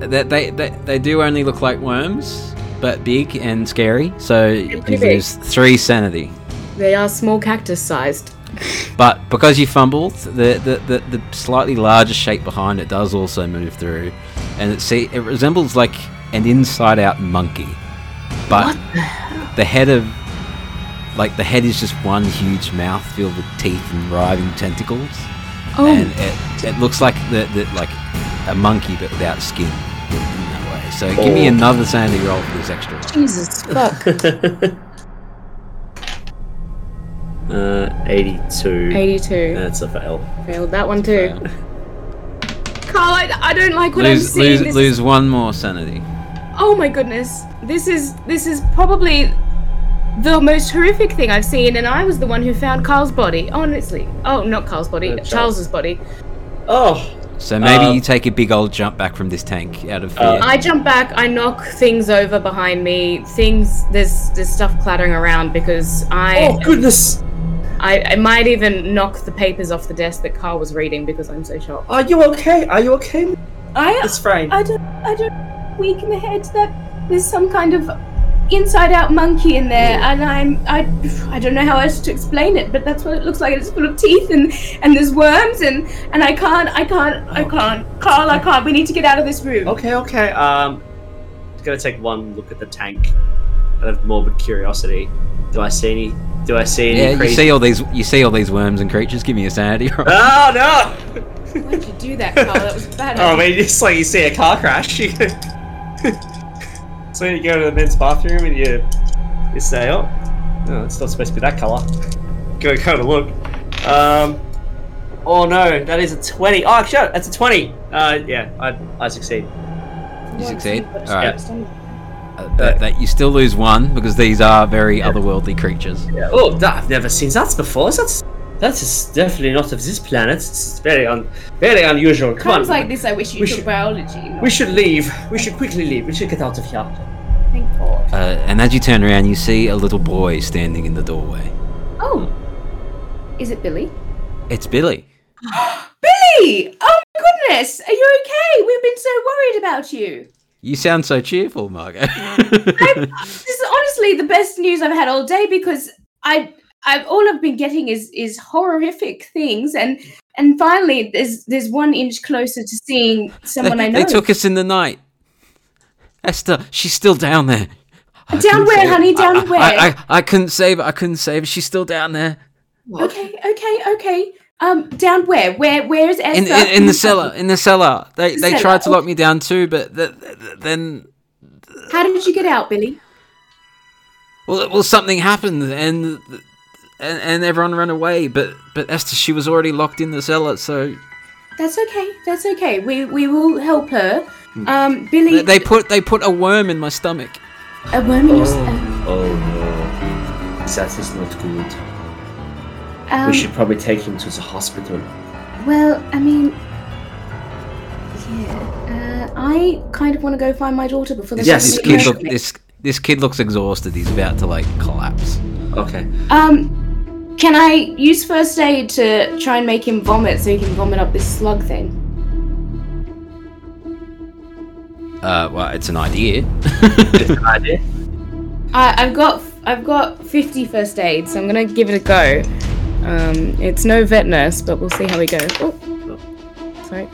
[SPEAKER 1] They, they, they, they do only look like worms, but big and scary. So you
[SPEAKER 3] pretty big.
[SPEAKER 1] lose three sanity.
[SPEAKER 3] They are small cactus sized.
[SPEAKER 1] But because you fumbled, the, the, the, the slightly larger shape behind it does also move through, and it see it resembles like an inside-out monkey, but the head of like the head is just one huge mouth filled with teeth and writhing tentacles, and it, it looks like the, the like a monkey but without skin in that way. So give me
[SPEAKER 4] Oh.
[SPEAKER 1] another sanity roll for this extra. one.
[SPEAKER 3] Jesus fuck.
[SPEAKER 4] Uh, 82.
[SPEAKER 3] 82.
[SPEAKER 4] That's a fail.
[SPEAKER 3] Failed that one too. Carl, I, I don't like what I'm
[SPEAKER 1] Lose
[SPEAKER 3] seeing.
[SPEAKER 1] lose
[SPEAKER 3] This is-
[SPEAKER 1] lose one more sanity.
[SPEAKER 3] oh my goodness. This is this is probably the most horrific thing I've seen, and I was the one who found Carl's body. Honestly. Oh, not Carl's body.
[SPEAKER 4] Uh, Charles.
[SPEAKER 3] Charles's body.
[SPEAKER 4] Oh,
[SPEAKER 1] So maybe
[SPEAKER 4] Uh,
[SPEAKER 1] you take a big old jump back from this tank out of fear.
[SPEAKER 4] Uh,
[SPEAKER 3] I jump back, I knock things over behind me. Things there's there's stuff clattering around because I
[SPEAKER 4] oh goodness!
[SPEAKER 3] I, I might even knock the papers off the desk that Carl was reading because I'm so shocked.
[SPEAKER 4] Are you okay? Are you okay?
[SPEAKER 6] I
[SPEAKER 4] It's fine.
[SPEAKER 6] I don't I don't weak in the head that there's some kind of inside out monkey in there and I'm I I don't know how else to explain it, but that's what it looks like. It's full of teeth and and there's worms and and I can't I can't I can't Carl I can't we need to get out of this room.
[SPEAKER 4] Oh. Okay, okay. Um, just gonna take one look at the tank out of morbid curiosity. Do I see any? Do I see any?
[SPEAKER 1] Yeah, you
[SPEAKER 4] crazy-
[SPEAKER 1] see all these you see all these worms and creatures. Give me a sanity roll.
[SPEAKER 4] Oh no!
[SPEAKER 6] Why'd you do that, Carl? That was bad.
[SPEAKER 4] Oh, I mean, it's like you see a car crash. You so you go to the men's bathroom and you you say, "Oh, no, it's not supposed to be that color." Go go to look. Um, oh no, that is a twenty. Oh shit, that's a twenty. Uh, yeah, I I succeed.
[SPEAKER 1] You succeed. All right.
[SPEAKER 6] Yeah.
[SPEAKER 1] Uh, that, that you still lose one because these are very otherworldly creatures.
[SPEAKER 4] Yeah. Oh, that, I've never seen that before. That's that is definitely not of this planet. It's very un very unusual. Come
[SPEAKER 6] Times
[SPEAKER 4] on,
[SPEAKER 6] like this I wish you
[SPEAKER 4] We
[SPEAKER 6] took
[SPEAKER 4] should-
[SPEAKER 6] biology. not-
[SPEAKER 4] we should leave. We should quickly leave. We should get out of here.
[SPEAKER 6] Thank God.
[SPEAKER 1] Uh, and as you turn around, you see a little boy standing in the doorway.
[SPEAKER 6] Oh. Is it Billy?
[SPEAKER 1] It's Billy.
[SPEAKER 6] Billy! Oh my goodness! Are you okay? We've been so worried about you.
[SPEAKER 1] You sound so cheerful, Margot.
[SPEAKER 6] This is honestly the best news I've had all day because I I've all I've been getting is is horrific things and and finally there's there's one inch closer to seeing someone
[SPEAKER 1] they,
[SPEAKER 6] I know.
[SPEAKER 1] they took us in the night. Esther, she's still down there. I
[SPEAKER 6] Down
[SPEAKER 1] couldn't
[SPEAKER 6] where,
[SPEAKER 1] save her.
[SPEAKER 6] honey? Down
[SPEAKER 1] I, I-
[SPEAKER 6] where?
[SPEAKER 1] I, I, I couldn't save her. I couldn't save her. She's still down there.
[SPEAKER 6] okay, okay, okay. Um down where? Where where is Esther?
[SPEAKER 1] in, in, in the cellar. In the cellar. They they
[SPEAKER 6] cellar,
[SPEAKER 1] tried to lock me down too, but th- th- th- then
[SPEAKER 6] How did you get out, Billy?
[SPEAKER 1] well well something happened and and, and everyone ran away. But but Esther she was already locked in the cellar, so
[SPEAKER 6] That's okay. That's okay. We we will help her. Um Billy
[SPEAKER 1] Hmm. they, they put they put a worm in my stomach.
[SPEAKER 6] a worm in your s- uh,
[SPEAKER 4] Oh no, that is not good.
[SPEAKER 6] um,
[SPEAKER 4] we should probably take him to the hospital.
[SPEAKER 6] Well, I mean, yeah. Uh, I kind of want to go find my daughter before the
[SPEAKER 4] Yes,
[SPEAKER 1] This
[SPEAKER 4] Absolutely.
[SPEAKER 1] kid look, this this kid looks exhausted. He's about to like collapse.
[SPEAKER 4] Okay.
[SPEAKER 6] Um, can I use first aid to try and make him vomit so he can vomit up this slug thing?
[SPEAKER 1] Uh, well, it's an idea.
[SPEAKER 4] Good idea.
[SPEAKER 3] I, I've got I've got 50 first aid, so I'm gonna give it a go. Um, it's no vet nurse, but we'll see how we go. Oh, sorry.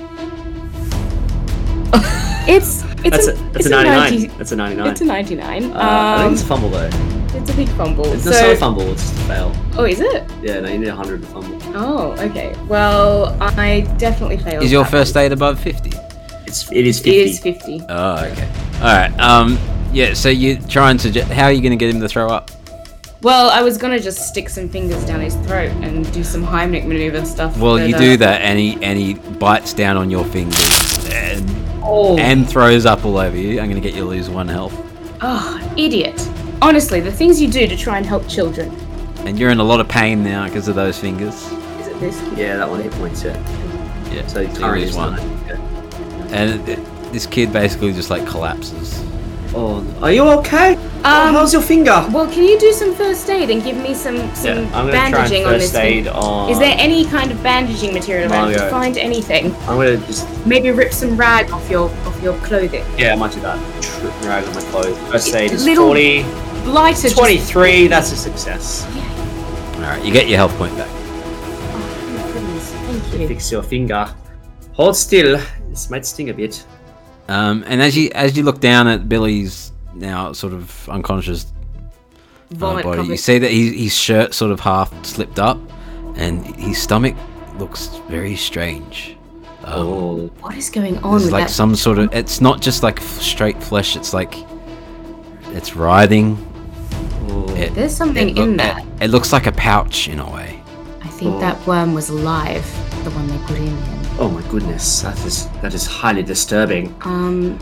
[SPEAKER 3] it's it's
[SPEAKER 4] That's
[SPEAKER 3] a,
[SPEAKER 4] a, that's
[SPEAKER 3] it's
[SPEAKER 4] a
[SPEAKER 3] a
[SPEAKER 4] 99.
[SPEAKER 3] 90
[SPEAKER 4] that's a 99.
[SPEAKER 3] it's a 99.
[SPEAKER 4] uh, I think
[SPEAKER 3] um,
[SPEAKER 4] it's a fumble though.
[SPEAKER 3] it's a big fumble.
[SPEAKER 4] It's not a
[SPEAKER 3] So,
[SPEAKER 4] fumble, it's just a fail.
[SPEAKER 3] oh, is it?
[SPEAKER 4] Yeah, no, you need 100 to fumble.
[SPEAKER 3] Oh, okay. Well, I definitely failed.
[SPEAKER 1] Is your
[SPEAKER 3] that one.
[SPEAKER 1] first aid above fifty?
[SPEAKER 4] It's, it is 50.
[SPEAKER 3] It is 50.
[SPEAKER 1] Oh, okay. All right. Um, yeah. So you try and suggest how are you going to get him to throw up?
[SPEAKER 3] Well, I was gonna just stick some fingers down his throat and do some Heimlich maneuver stuff.
[SPEAKER 1] Well,
[SPEAKER 3] but,
[SPEAKER 1] you
[SPEAKER 3] uh,
[SPEAKER 1] do that, and he and he bites down on your fingers and,
[SPEAKER 4] Oh,
[SPEAKER 1] and throws up all over you. I'm gonna get you to lose one health,
[SPEAKER 3] Oh, idiot. Honestly, the things you do to try and help children.
[SPEAKER 1] and you're in a lot of pain now because of those fingers.
[SPEAKER 3] Is it this?
[SPEAKER 4] yeah, that one hit points, yeah.
[SPEAKER 1] Yeah,
[SPEAKER 4] So you
[SPEAKER 1] you lose
[SPEAKER 4] one.
[SPEAKER 1] one, and it, this kid basically just like collapses.
[SPEAKER 4] Oh, are you okay? oh,
[SPEAKER 3] Um,
[SPEAKER 4] how's your finger?
[SPEAKER 3] Well, can you do some first aid and give me some, some
[SPEAKER 4] Yeah, I'm gonna try
[SPEAKER 3] bandaging
[SPEAKER 4] and
[SPEAKER 3] on this
[SPEAKER 4] first
[SPEAKER 3] thing?
[SPEAKER 4] aid on.
[SPEAKER 3] Is there any kind of bandaging material around? Did you
[SPEAKER 4] Mario.
[SPEAKER 3] find anything?
[SPEAKER 4] I'm gonna just
[SPEAKER 3] Maybe rip some rag off your off your clothing.
[SPEAKER 4] yeah, I might do that. Trip rag on my clothes. First aid is
[SPEAKER 3] Little-
[SPEAKER 4] 40,
[SPEAKER 3] Lighter.
[SPEAKER 4] 23. That's a success.
[SPEAKER 1] All right, you get your health point back.
[SPEAKER 3] Just, Oh, thank you.
[SPEAKER 4] Fix your finger. Hold still. This might sting a bit.
[SPEAKER 1] Um, and as you as you look down at Billy's now sort of unconscious uh,
[SPEAKER 3] Vomit
[SPEAKER 1] body, you
[SPEAKER 3] covered.
[SPEAKER 1] see that he, his shirt sort of half slipped up, and his stomach looks very strange. Um,
[SPEAKER 4] Oh,
[SPEAKER 3] What is going on
[SPEAKER 1] There's
[SPEAKER 3] with
[SPEAKER 1] like
[SPEAKER 3] that?
[SPEAKER 1] some sort of. It's not just like f- straight flesh. It's like it's writhing.
[SPEAKER 4] Oh.
[SPEAKER 1] It,
[SPEAKER 3] There's something
[SPEAKER 1] it
[SPEAKER 3] in
[SPEAKER 1] look-
[SPEAKER 3] that.
[SPEAKER 1] It, it looks like a pouch in a way.
[SPEAKER 3] I think that worm was alive, the one they put in him.
[SPEAKER 4] oh my goodness. That is that is highly disturbing.
[SPEAKER 3] Um,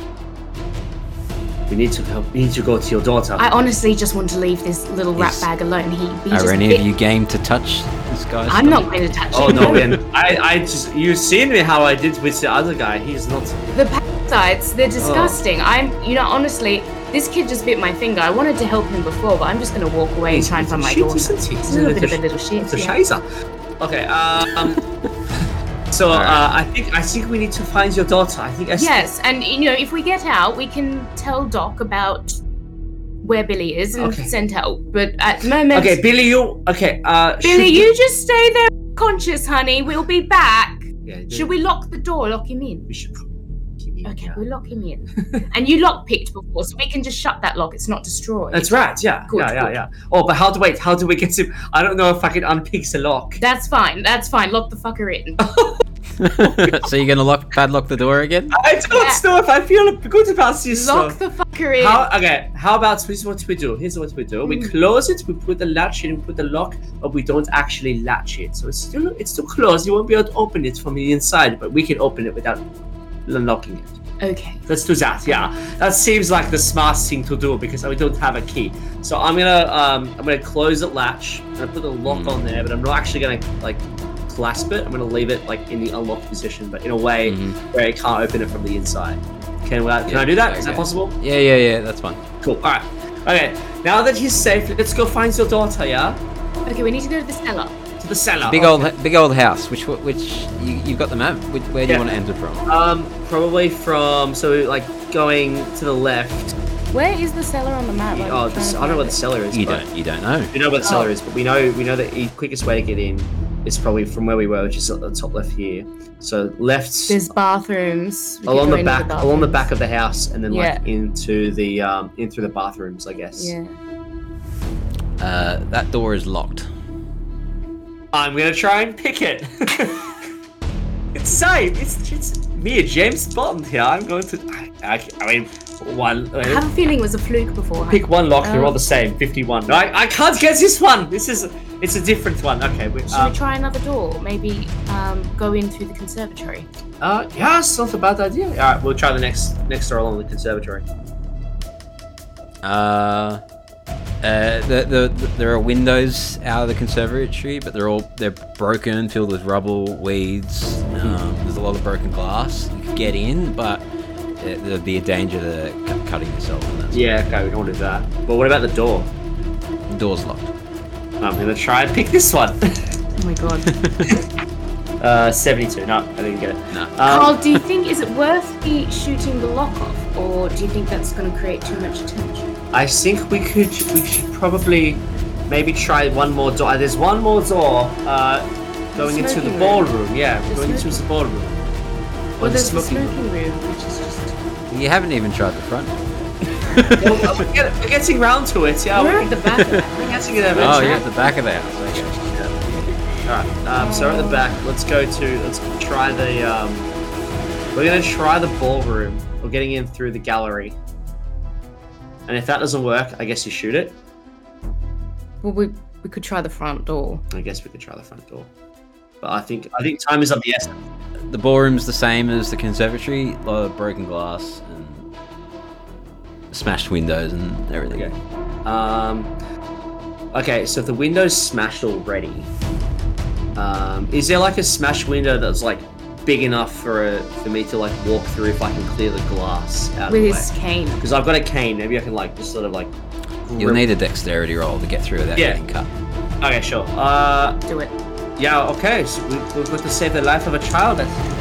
[SPEAKER 4] We need to help. We need to go to your daughter.
[SPEAKER 3] I honestly just want to leave this little rat
[SPEAKER 1] Is-
[SPEAKER 3] bag alone. He, he just
[SPEAKER 1] Are any
[SPEAKER 3] bit-
[SPEAKER 1] of you game to touch this guy's?
[SPEAKER 3] I'm
[SPEAKER 1] stomach?
[SPEAKER 3] not going to touch
[SPEAKER 4] Oh
[SPEAKER 3] him.
[SPEAKER 4] no, man! I, I just you've seen me how I did with the other guy. He's not.
[SPEAKER 3] The parasites,
[SPEAKER 1] Oh.
[SPEAKER 3] they're disgusting. I'm, you know, honestly, this kid just bit my finger. I wanted to help him before, but I'm just going to walk away and try and find my
[SPEAKER 4] Shit,
[SPEAKER 3] daughter.
[SPEAKER 4] isn't he?
[SPEAKER 3] It's a little bit of a little
[SPEAKER 4] It's a
[SPEAKER 3] shit. yeah.
[SPEAKER 4] shizer. Okay. Um. so uh, I think I think we need to find your daughter. I think. I
[SPEAKER 3] Yes, and you know, if we get out, we can tell Doc about where Billy is and
[SPEAKER 4] Okay.
[SPEAKER 3] send help. But at the moment,
[SPEAKER 4] Okay, Billy, you okay? Uh,
[SPEAKER 3] Billy,
[SPEAKER 4] should
[SPEAKER 3] you just stay there, conscious, honey. We'll be back.
[SPEAKER 4] Yeah,
[SPEAKER 3] Should we lock the door? Lock him in.
[SPEAKER 4] We should.
[SPEAKER 3] Okay, we lock him in. and you lock picked before, so we can just shut that lock. It's not destroyed.
[SPEAKER 4] That's right. Yeah.
[SPEAKER 3] Good,
[SPEAKER 4] yeah. Yeah.
[SPEAKER 3] good.
[SPEAKER 4] Yeah. Oh, but how do wait? How do we get him? I don't know if I can unpick the lock.
[SPEAKER 3] That's fine. That's fine. Lock the fucker in.
[SPEAKER 4] Oh,
[SPEAKER 1] so you're gonna lock padlock the door again?
[SPEAKER 4] I don't
[SPEAKER 3] Yeah.
[SPEAKER 4] know if I feel good about this. uh,
[SPEAKER 3] Lock the fucker in.
[SPEAKER 4] How okay? How about here's what we do? Here's what we do. We close it. We put the latch in. We put the lock, but we don't actually latch it. So it's still it's still closed. You won't be able to open it from the inside, but we can open it without unlocking it.
[SPEAKER 3] Okay.
[SPEAKER 4] Let's do that. Yeah, that seems like the smart thing to do because we don't have a key. So I'm gonna um I'm gonna close the latch and I put the lock on there, but I'm not actually gonna like clasp it. I'm gonna leave it like in the unlocked position, but in a way
[SPEAKER 1] Mhm.
[SPEAKER 4] where it can't open it from the inside. Can, we, can I do that? Is that
[SPEAKER 1] okay.
[SPEAKER 4] possible?
[SPEAKER 1] Yeah, yeah, yeah. That's fine.
[SPEAKER 4] Cool. All right. Okay. Now that he's safe, let's go find your daughter. Yeah,
[SPEAKER 3] Okay, we need to go to the cellar.
[SPEAKER 4] to the cellar.
[SPEAKER 1] Big old, big old house. Which, which you, you've got the map. Which, where do
[SPEAKER 4] Yeah.
[SPEAKER 1] you want to enter from?
[SPEAKER 4] Um, probably from so like going to the left.
[SPEAKER 3] Where is the cellar on the map? Like,
[SPEAKER 4] oh,
[SPEAKER 3] I'm
[SPEAKER 4] this, I
[SPEAKER 3] trying
[SPEAKER 4] don't
[SPEAKER 3] to
[SPEAKER 4] know what the
[SPEAKER 3] find
[SPEAKER 4] cellar is.
[SPEAKER 1] You
[SPEAKER 4] but
[SPEAKER 1] don't, you don't know.
[SPEAKER 4] We know what the
[SPEAKER 3] Oh.
[SPEAKER 4] cellar is, but we know we know that the quickest way to get in is probably from where we were, which is at the top left here. So left
[SPEAKER 3] it. There's bathrooms. We could
[SPEAKER 4] along
[SPEAKER 3] go
[SPEAKER 4] the
[SPEAKER 3] into
[SPEAKER 4] back, along the back of the house, and then like
[SPEAKER 3] Yeah.
[SPEAKER 4] into the um in through the bathrooms, I guess.
[SPEAKER 3] bathrooms.
[SPEAKER 1] Uh, that door is locked.
[SPEAKER 4] I'm gonna try and pick it. it's safe. It's it's me, James Bond here. I'm going to. I, I, I mean, one.
[SPEAKER 3] Yeah. I have a feeling it was a fluke before.
[SPEAKER 4] pick one lock. They're all the same. Fifty-one. No, I, I can't get this one. This is it's a different one. Okay. We,
[SPEAKER 3] Should
[SPEAKER 4] um,
[SPEAKER 3] we try another door? Maybe um, go in through the conservatory.
[SPEAKER 4] uh, yeah, it's not a bad idea. All right, we'll try the next next door along the conservatory.
[SPEAKER 1] Uh, uh, the, the, the, there are windows out of the conservatory, but they're all they're broken, filled with rubble, weeds.
[SPEAKER 4] Hmm.
[SPEAKER 1] Um, there's a lot of broken glass. You could get in, but there- there'd be a danger to cu- cutting yourself. And that's
[SPEAKER 4] Yeah. Okay. We don't want to do that. But what about the door?
[SPEAKER 1] the door's locked.
[SPEAKER 4] I'm gonna try and pick this one.
[SPEAKER 3] Oh my god.
[SPEAKER 4] uh, seventy-two. No, I didn't get it.
[SPEAKER 1] No.
[SPEAKER 4] Um,
[SPEAKER 3] Carl, do you think is it worth the shooting the lock off, or do you think that's going to create too much attention?
[SPEAKER 4] I think we could we should probably maybe try one more door. Uh, There's one more door uh, going into the
[SPEAKER 3] smoking room.
[SPEAKER 4] ballroom. Yeah, going into the ballroom. Or
[SPEAKER 3] Well,
[SPEAKER 4] the
[SPEAKER 3] there's the
[SPEAKER 4] smoking room.
[SPEAKER 3] smoking room, which is just.
[SPEAKER 1] You haven't even tried the front.
[SPEAKER 4] Well, uh, we're, get- we're getting round to it. Yeah,
[SPEAKER 3] We're
[SPEAKER 4] we're,
[SPEAKER 3] at the back of that.
[SPEAKER 4] we're getting there
[SPEAKER 1] Oh,
[SPEAKER 4] eventually.
[SPEAKER 1] you're at the back of the house. Okay.
[SPEAKER 4] All right. Um, so
[SPEAKER 3] Oh.
[SPEAKER 4] we're at the back. Let's go to. Let's try the. Um, we're gonna try the ballroom. We're getting in through the gallery. And if that doesn't work, I guess you shoot it.
[SPEAKER 3] Well, we we could try the front door.
[SPEAKER 4] I guess we could try the front door. But I think I think time is of the essence.
[SPEAKER 1] The ballroom's the same as the conservatory. A lot of broken glass and smashed windows and everything.
[SPEAKER 4] Okay. Um, okay, so if the window's smashed already, um, is there like a smashed window that's like big enough for a, for me to like walk through if I can clear the glass out
[SPEAKER 7] with
[SPEAKER 4] of the
[SPEAKER 7] his cane.
[SPEAKER 4] Because I've got a cane, maybe I can like just sort of like.
[SPEAKER 1] You'll
[SPEAKER 4] grip-
[SPEAKER 1] need a dexterity roll to get through without
[SPEAKER 4] Yeah.
[SPEAKER 1] getting cut.
[SPEAKER 4] Okay, sure. Uh,
[SPEAKER 7] Do it.
[SPEAKER 4] yeah. Okay, so we, we've got to save the life of a child. That's-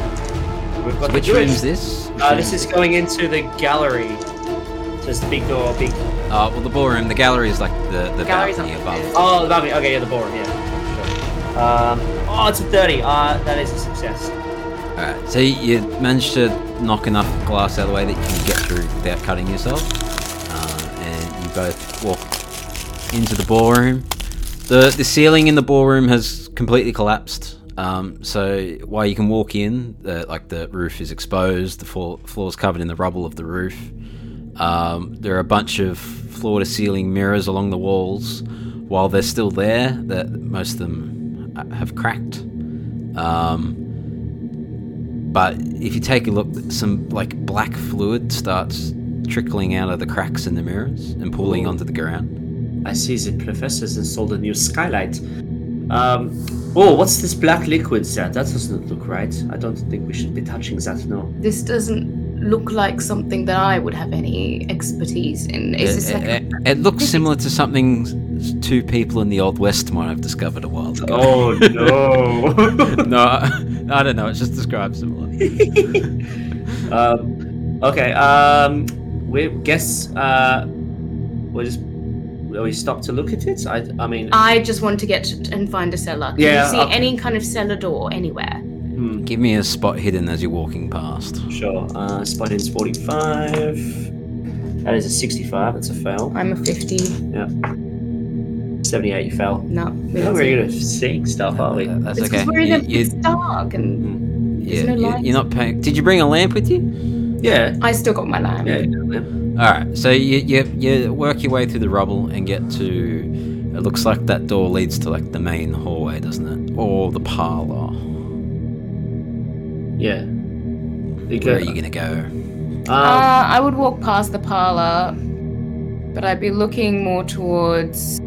[SPEAKER 4] We've got to
[SPEAKER 1] Which
[SPEAKER 4] do it.
[SPEAKER 1] room's this?
[SPEAKER 4] Uh, this is going into the gallery. So it's the big door, big.
[SPEAKER 1] Uh, well, the ballroom, the gallery is like the, the
[SPEAKER 7] Gallery's
[SPEAKER 1] balcony
[SPEAKER 7] up
[SPEAKER 1] above.
[SPEAKER 4] Oh, the balcony. Okay, yeah, the ballroom. Yeah. Sure. Um, oh, it's a thirty. Uh, that is a success.
[SPEAKER 1] Alright, so you managed to knock enough glass out of the way that you can get through without cutting yourself. Uh, and you both walk into the ballroom. The, the ceiling in the ballroom has completely collapsed. Um, so while you can walk in, the, like the roof is exposed, the floor, floor's covered in the rubble of the roof. Um, there are a bunch of floor to ceiling mirrors along the walls. While they're still there, that most of them uh, have cracked. Um, but if you take a look, some like black fluid starts trickling out of the cracks in the mirrors and pooling onto the ground.
[SPEAKER 4] I see the professor's installed a new skylight. Um, oh, what's this black liquid there? That doesn't look right. I don't think we should be touching that, no.
[SPEAKER 3] This doesn't look like something that I would have any expertise in. Is this
[SPEAKER 1] it,
[SPEAKER 3] like
[SPEAKER 1] it- it looks similar to something s- two people in the old west might have discovered a while ago.
[SPEAKER 4] Oh, no.
[SPEAKER 1] no, I I don't know. It's just described similar.
[SPEAKER 4] um, okay, um, we guess, uh, we just, will we stop to look at it? I, I mean,
[SPEAKER 3] I just want to get and find a cellar. Can
[SPEAKER 4] Yeah,
[SPEAKER 3] you see
[SPEAKER 4] okay.
[SPEAKER 3] any kind of cellar door anywhere?
[SPEAKER 4] hmm,
[SPEAKER 1] Give me a spot hidden as you're walking past.
[SPEAKER 4] sure. Uh, spot is 45. That is a 65, that's a fail.
[SPEAKER 3] I'm a 50.
[SPEAKER 4] 78, you fail.
[SPEAKER 3] No. we
[SPEAKER 4] We're
[SPEAKER 3] don't see.
[SPEAKER 4] good at seeing stuff, aren't we?
[SPEAKER 1] That's
[SPEAKER 3] It's
[SPEAKER 1] okay.
[SPEAKER 3] 'cause we're in
[SPEAKER 1] You-
[SPEAKER 3] a,
[SPEAKER 1] you-
[SPEAKER 3] it's dark and
[SPEAKER 1] yeah,
[SPEAKER 3] no
[SPEAKER 1] you-
[SPEAKER 3] lights.
[SPEAKER 1] you're not paying. Did you bring a lamp with you?
[SPEAKER 4] Yeah.
[SPEAKER 3] I still got my lamp.
[SPEAKER 4] Yeah.
[SPEAKER 1] All right, so you, you you work your way through the rubble and get to. It looks like that door leads to like the main hallway, doesn't it, or the parlor?
[SPEAKER 4] Yeah.
[SPEAKER 1] Where are you gonna go?
[SPEAKER 4] Um,
[SPEAKER 3] Uh, I would walk past the parlor, but I'd be looking more towards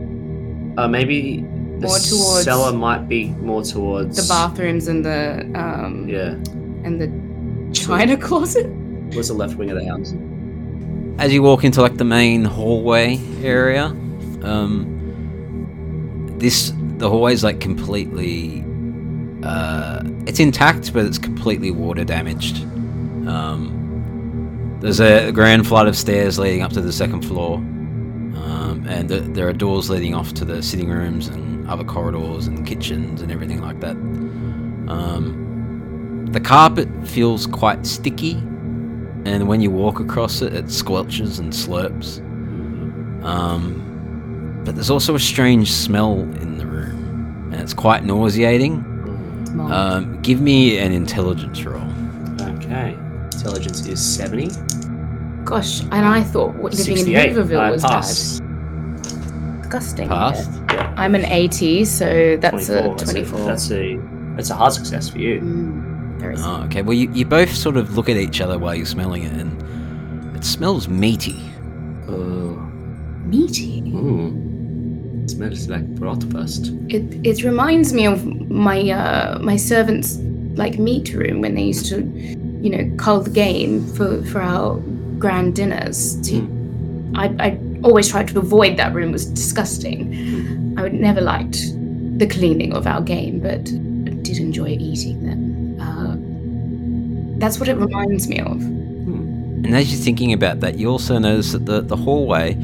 [SPEAKER 4] uh, maybe the
[SPEAKER 3] more towards-
[SPEAKER 4] cellar might be more towards
[SPEAKER 3] the bathrooms and the um
[SPEAKER 4] Yeah,
[SPEAKER 3] and the china closet.
[SPEAKER 4] towards the left wing of the house.
[SPEAKER 1] As you walk into like the main hallway area, um, this the hallway's like completely. Uh, it's intact, but it's completely water damaged. Um, there's a grand flight of stairs leading up to the second floor, um, and th- there are doors leading off to the sitting rooms and other corridors and kitchens and everything like that. Um, the carpet feels quite sticky, and when you walk across it, it squelches and slurps. Um, but there's also a strange smell in the room, and it's quite nauseating.
[SPEAKER 4] Uh,
[SPEAKER 1] Um, give me an intelligence roll.
[SPEAKER 4] Okay, intelligence is seventy.
[SPEAKER 3] Gosh, and I thought what living in
[SPEAKER 4] Sixty-eight.
[SPEAKER 3] Hooverville
[SPEAKER 4] I
[SPEAKER 3] was bad.
[SPEAKER 4] pass.
[SPEAKER 3] disgusting.
[SPEAKER 1] Passed.
[SPEAKER 3] I'm an 80, so that's a
[SPEAKER 4] 24.
[SPEAKER 3] 24.
[SPEAKER 4] That's Uh, a that's a hard success for you.
[SPEAKER 3] Mm, very
[SPEAKER 1] Oh, okay. Well, you, you both sort of look at each other while you're smelling it, and it smells meaty.
[SPEAKER 4] Oh,
[SPEAKER 3] meaty.
[SPEAKER 4] mm. smells like bratwurst.
[SPEAKER 3] It, it reminds me of my uh, my servants like meat room when they used to, you know, cull the game for, for our grand dinners. To, I, I always tried to avoid that room. It was disgusting. I would never liked the cleaning of our game, but I did enjoy eating them. Uh, that's what it reminds me of.
[SPEAKER 1] And as you're thinking about that, you also notice that the, the hallway,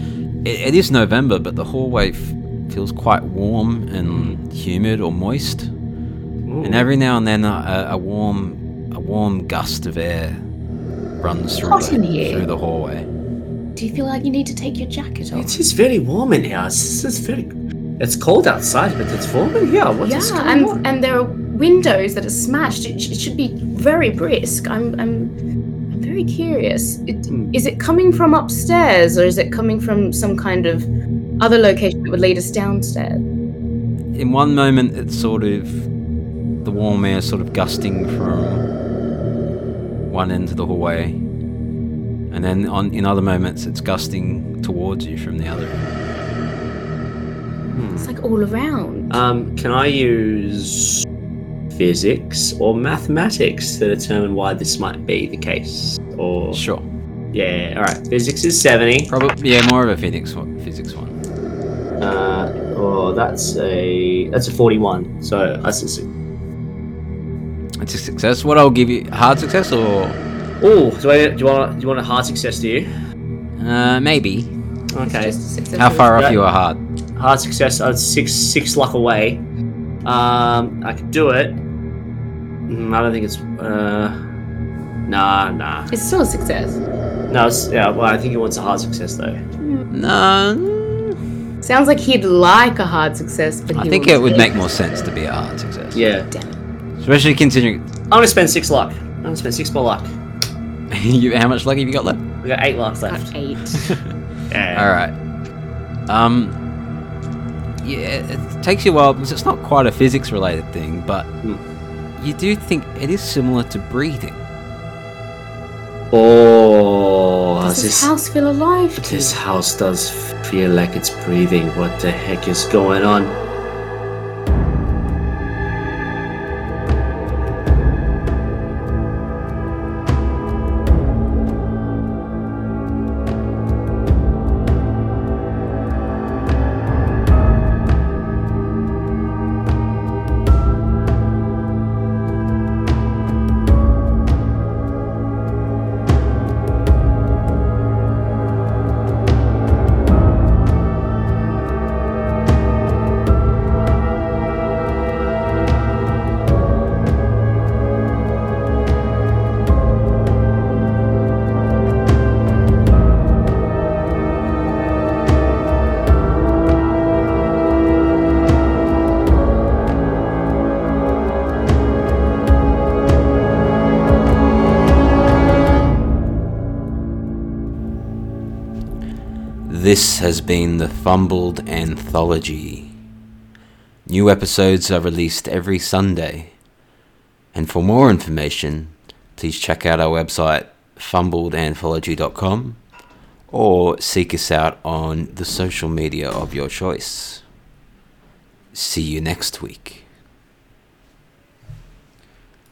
[SPEAKER 1] it, it is November, but the hallway f- feels quite warm and humid or moist. And every now and then, uh, a, a warm a warm gust of air runs through
[SPEAKER 3] Hot in
[SPEAKER 1] the,
[SPEAKER 3] here.
[SPEAKER 1] through the hallway.
[SPEAKER 3] Do you feel like you need to take your jacket off?
[SPEAKER 4] It is very warm in here. It's, it's very. It's cold outside, but it's warm in here. What is
[SPEAKER 3] yeah,
[SPEAKER 4] going
[SPEAKER 3] and
[SPEAKER 4] on?
[SPEAKER 3] and there are windows that are smashed. It, sh- it should be very brisk. I'm I'm, I'm very curious. It, is
[SPEAKER 4] Hmm.
[SPEAKER 3] it coming from upstairs or is it coming from some kind of other location that would lead us downstairs?
[SPEAKER 1] In one moment, it's sort of the warm air sort of gusting from one end of the hallway, and then on in other moments, it's gusting towards you from the other. end.
[SPEAKER 3] It's like all around.
[SPEAKER 4] Um, can I use physics or mathematics to determine why this might be the case. Or
[SPEAKER 1] Sure.
[SPEAKER 4] yeah, all right. Physics is seventy.
[SPEAKER 1] Probably yeah, more of a physics one. Physics one.
[SPEAKER 4] Uh, oh, that's a that's a forty-one. So that's a six.
[SPEAKER 1] It's a success. What I'll give you hard success or
[SPEAKER 4] Oh, do I do you want do you want a hard success? Do you?
[SPEAKER 1] uh, maybe.
[SPEAKER 4] Okay,
[SPEAKER 1] How far off you are hard?
[SPEAKER 4] hard success. I was six six luck away. Um, I could do it. Mm, I don't think it's. Uh, nah, nah.
[SPEAKER 5] It's still a success.
[SPEAKER 4] No, it's, yeah. Well, I think it wants a hard success though.
[SPEAKER 1] No.
[SPEAKER 5] Sounds like he'd like a hard success, but
[SPEAKER 1] I
[SPEAKER 5] he
[SPEAKER 1] think
[SPEAKER 5] wants-
[SPEAKER 1] it would make more sense to be a hard success.
[SPEAKER 4] Yeah.
[SPEAKER 1] Especially considering
[SPEAKER 4] I'm gonna spend six luck. I'm gonna spend six more luck.
[SPEAKER 1] you, how much luck have you got left?
[SPEAKER 4] We got eight luck left.
[SPEAKER 5] Got eight.
[SPEAKER 4] Yeah.
[SPEAKER 1] All right. Um. Yeah, it takes you a while because it's not quite a physics-related thing, but
[SPEAKER 4] Hmm.
[SPEAKER 1] you do think it is similar to breathing.
[SPEAKER 4] Oh,
[SPEAKER 5] Does
[SPEAKER 4] this
[SPEAKER 5] this house feel alive to
[SPEAKER 4] this house does feel like it's breathing. What the heck is going on?
[SPEAKER 1] This has been the Fumbled Anthology. New episodes are released every Sunday. And for more information, please check out our website fumbledanthology.com or seek us out on the social media of your choice. See you next week.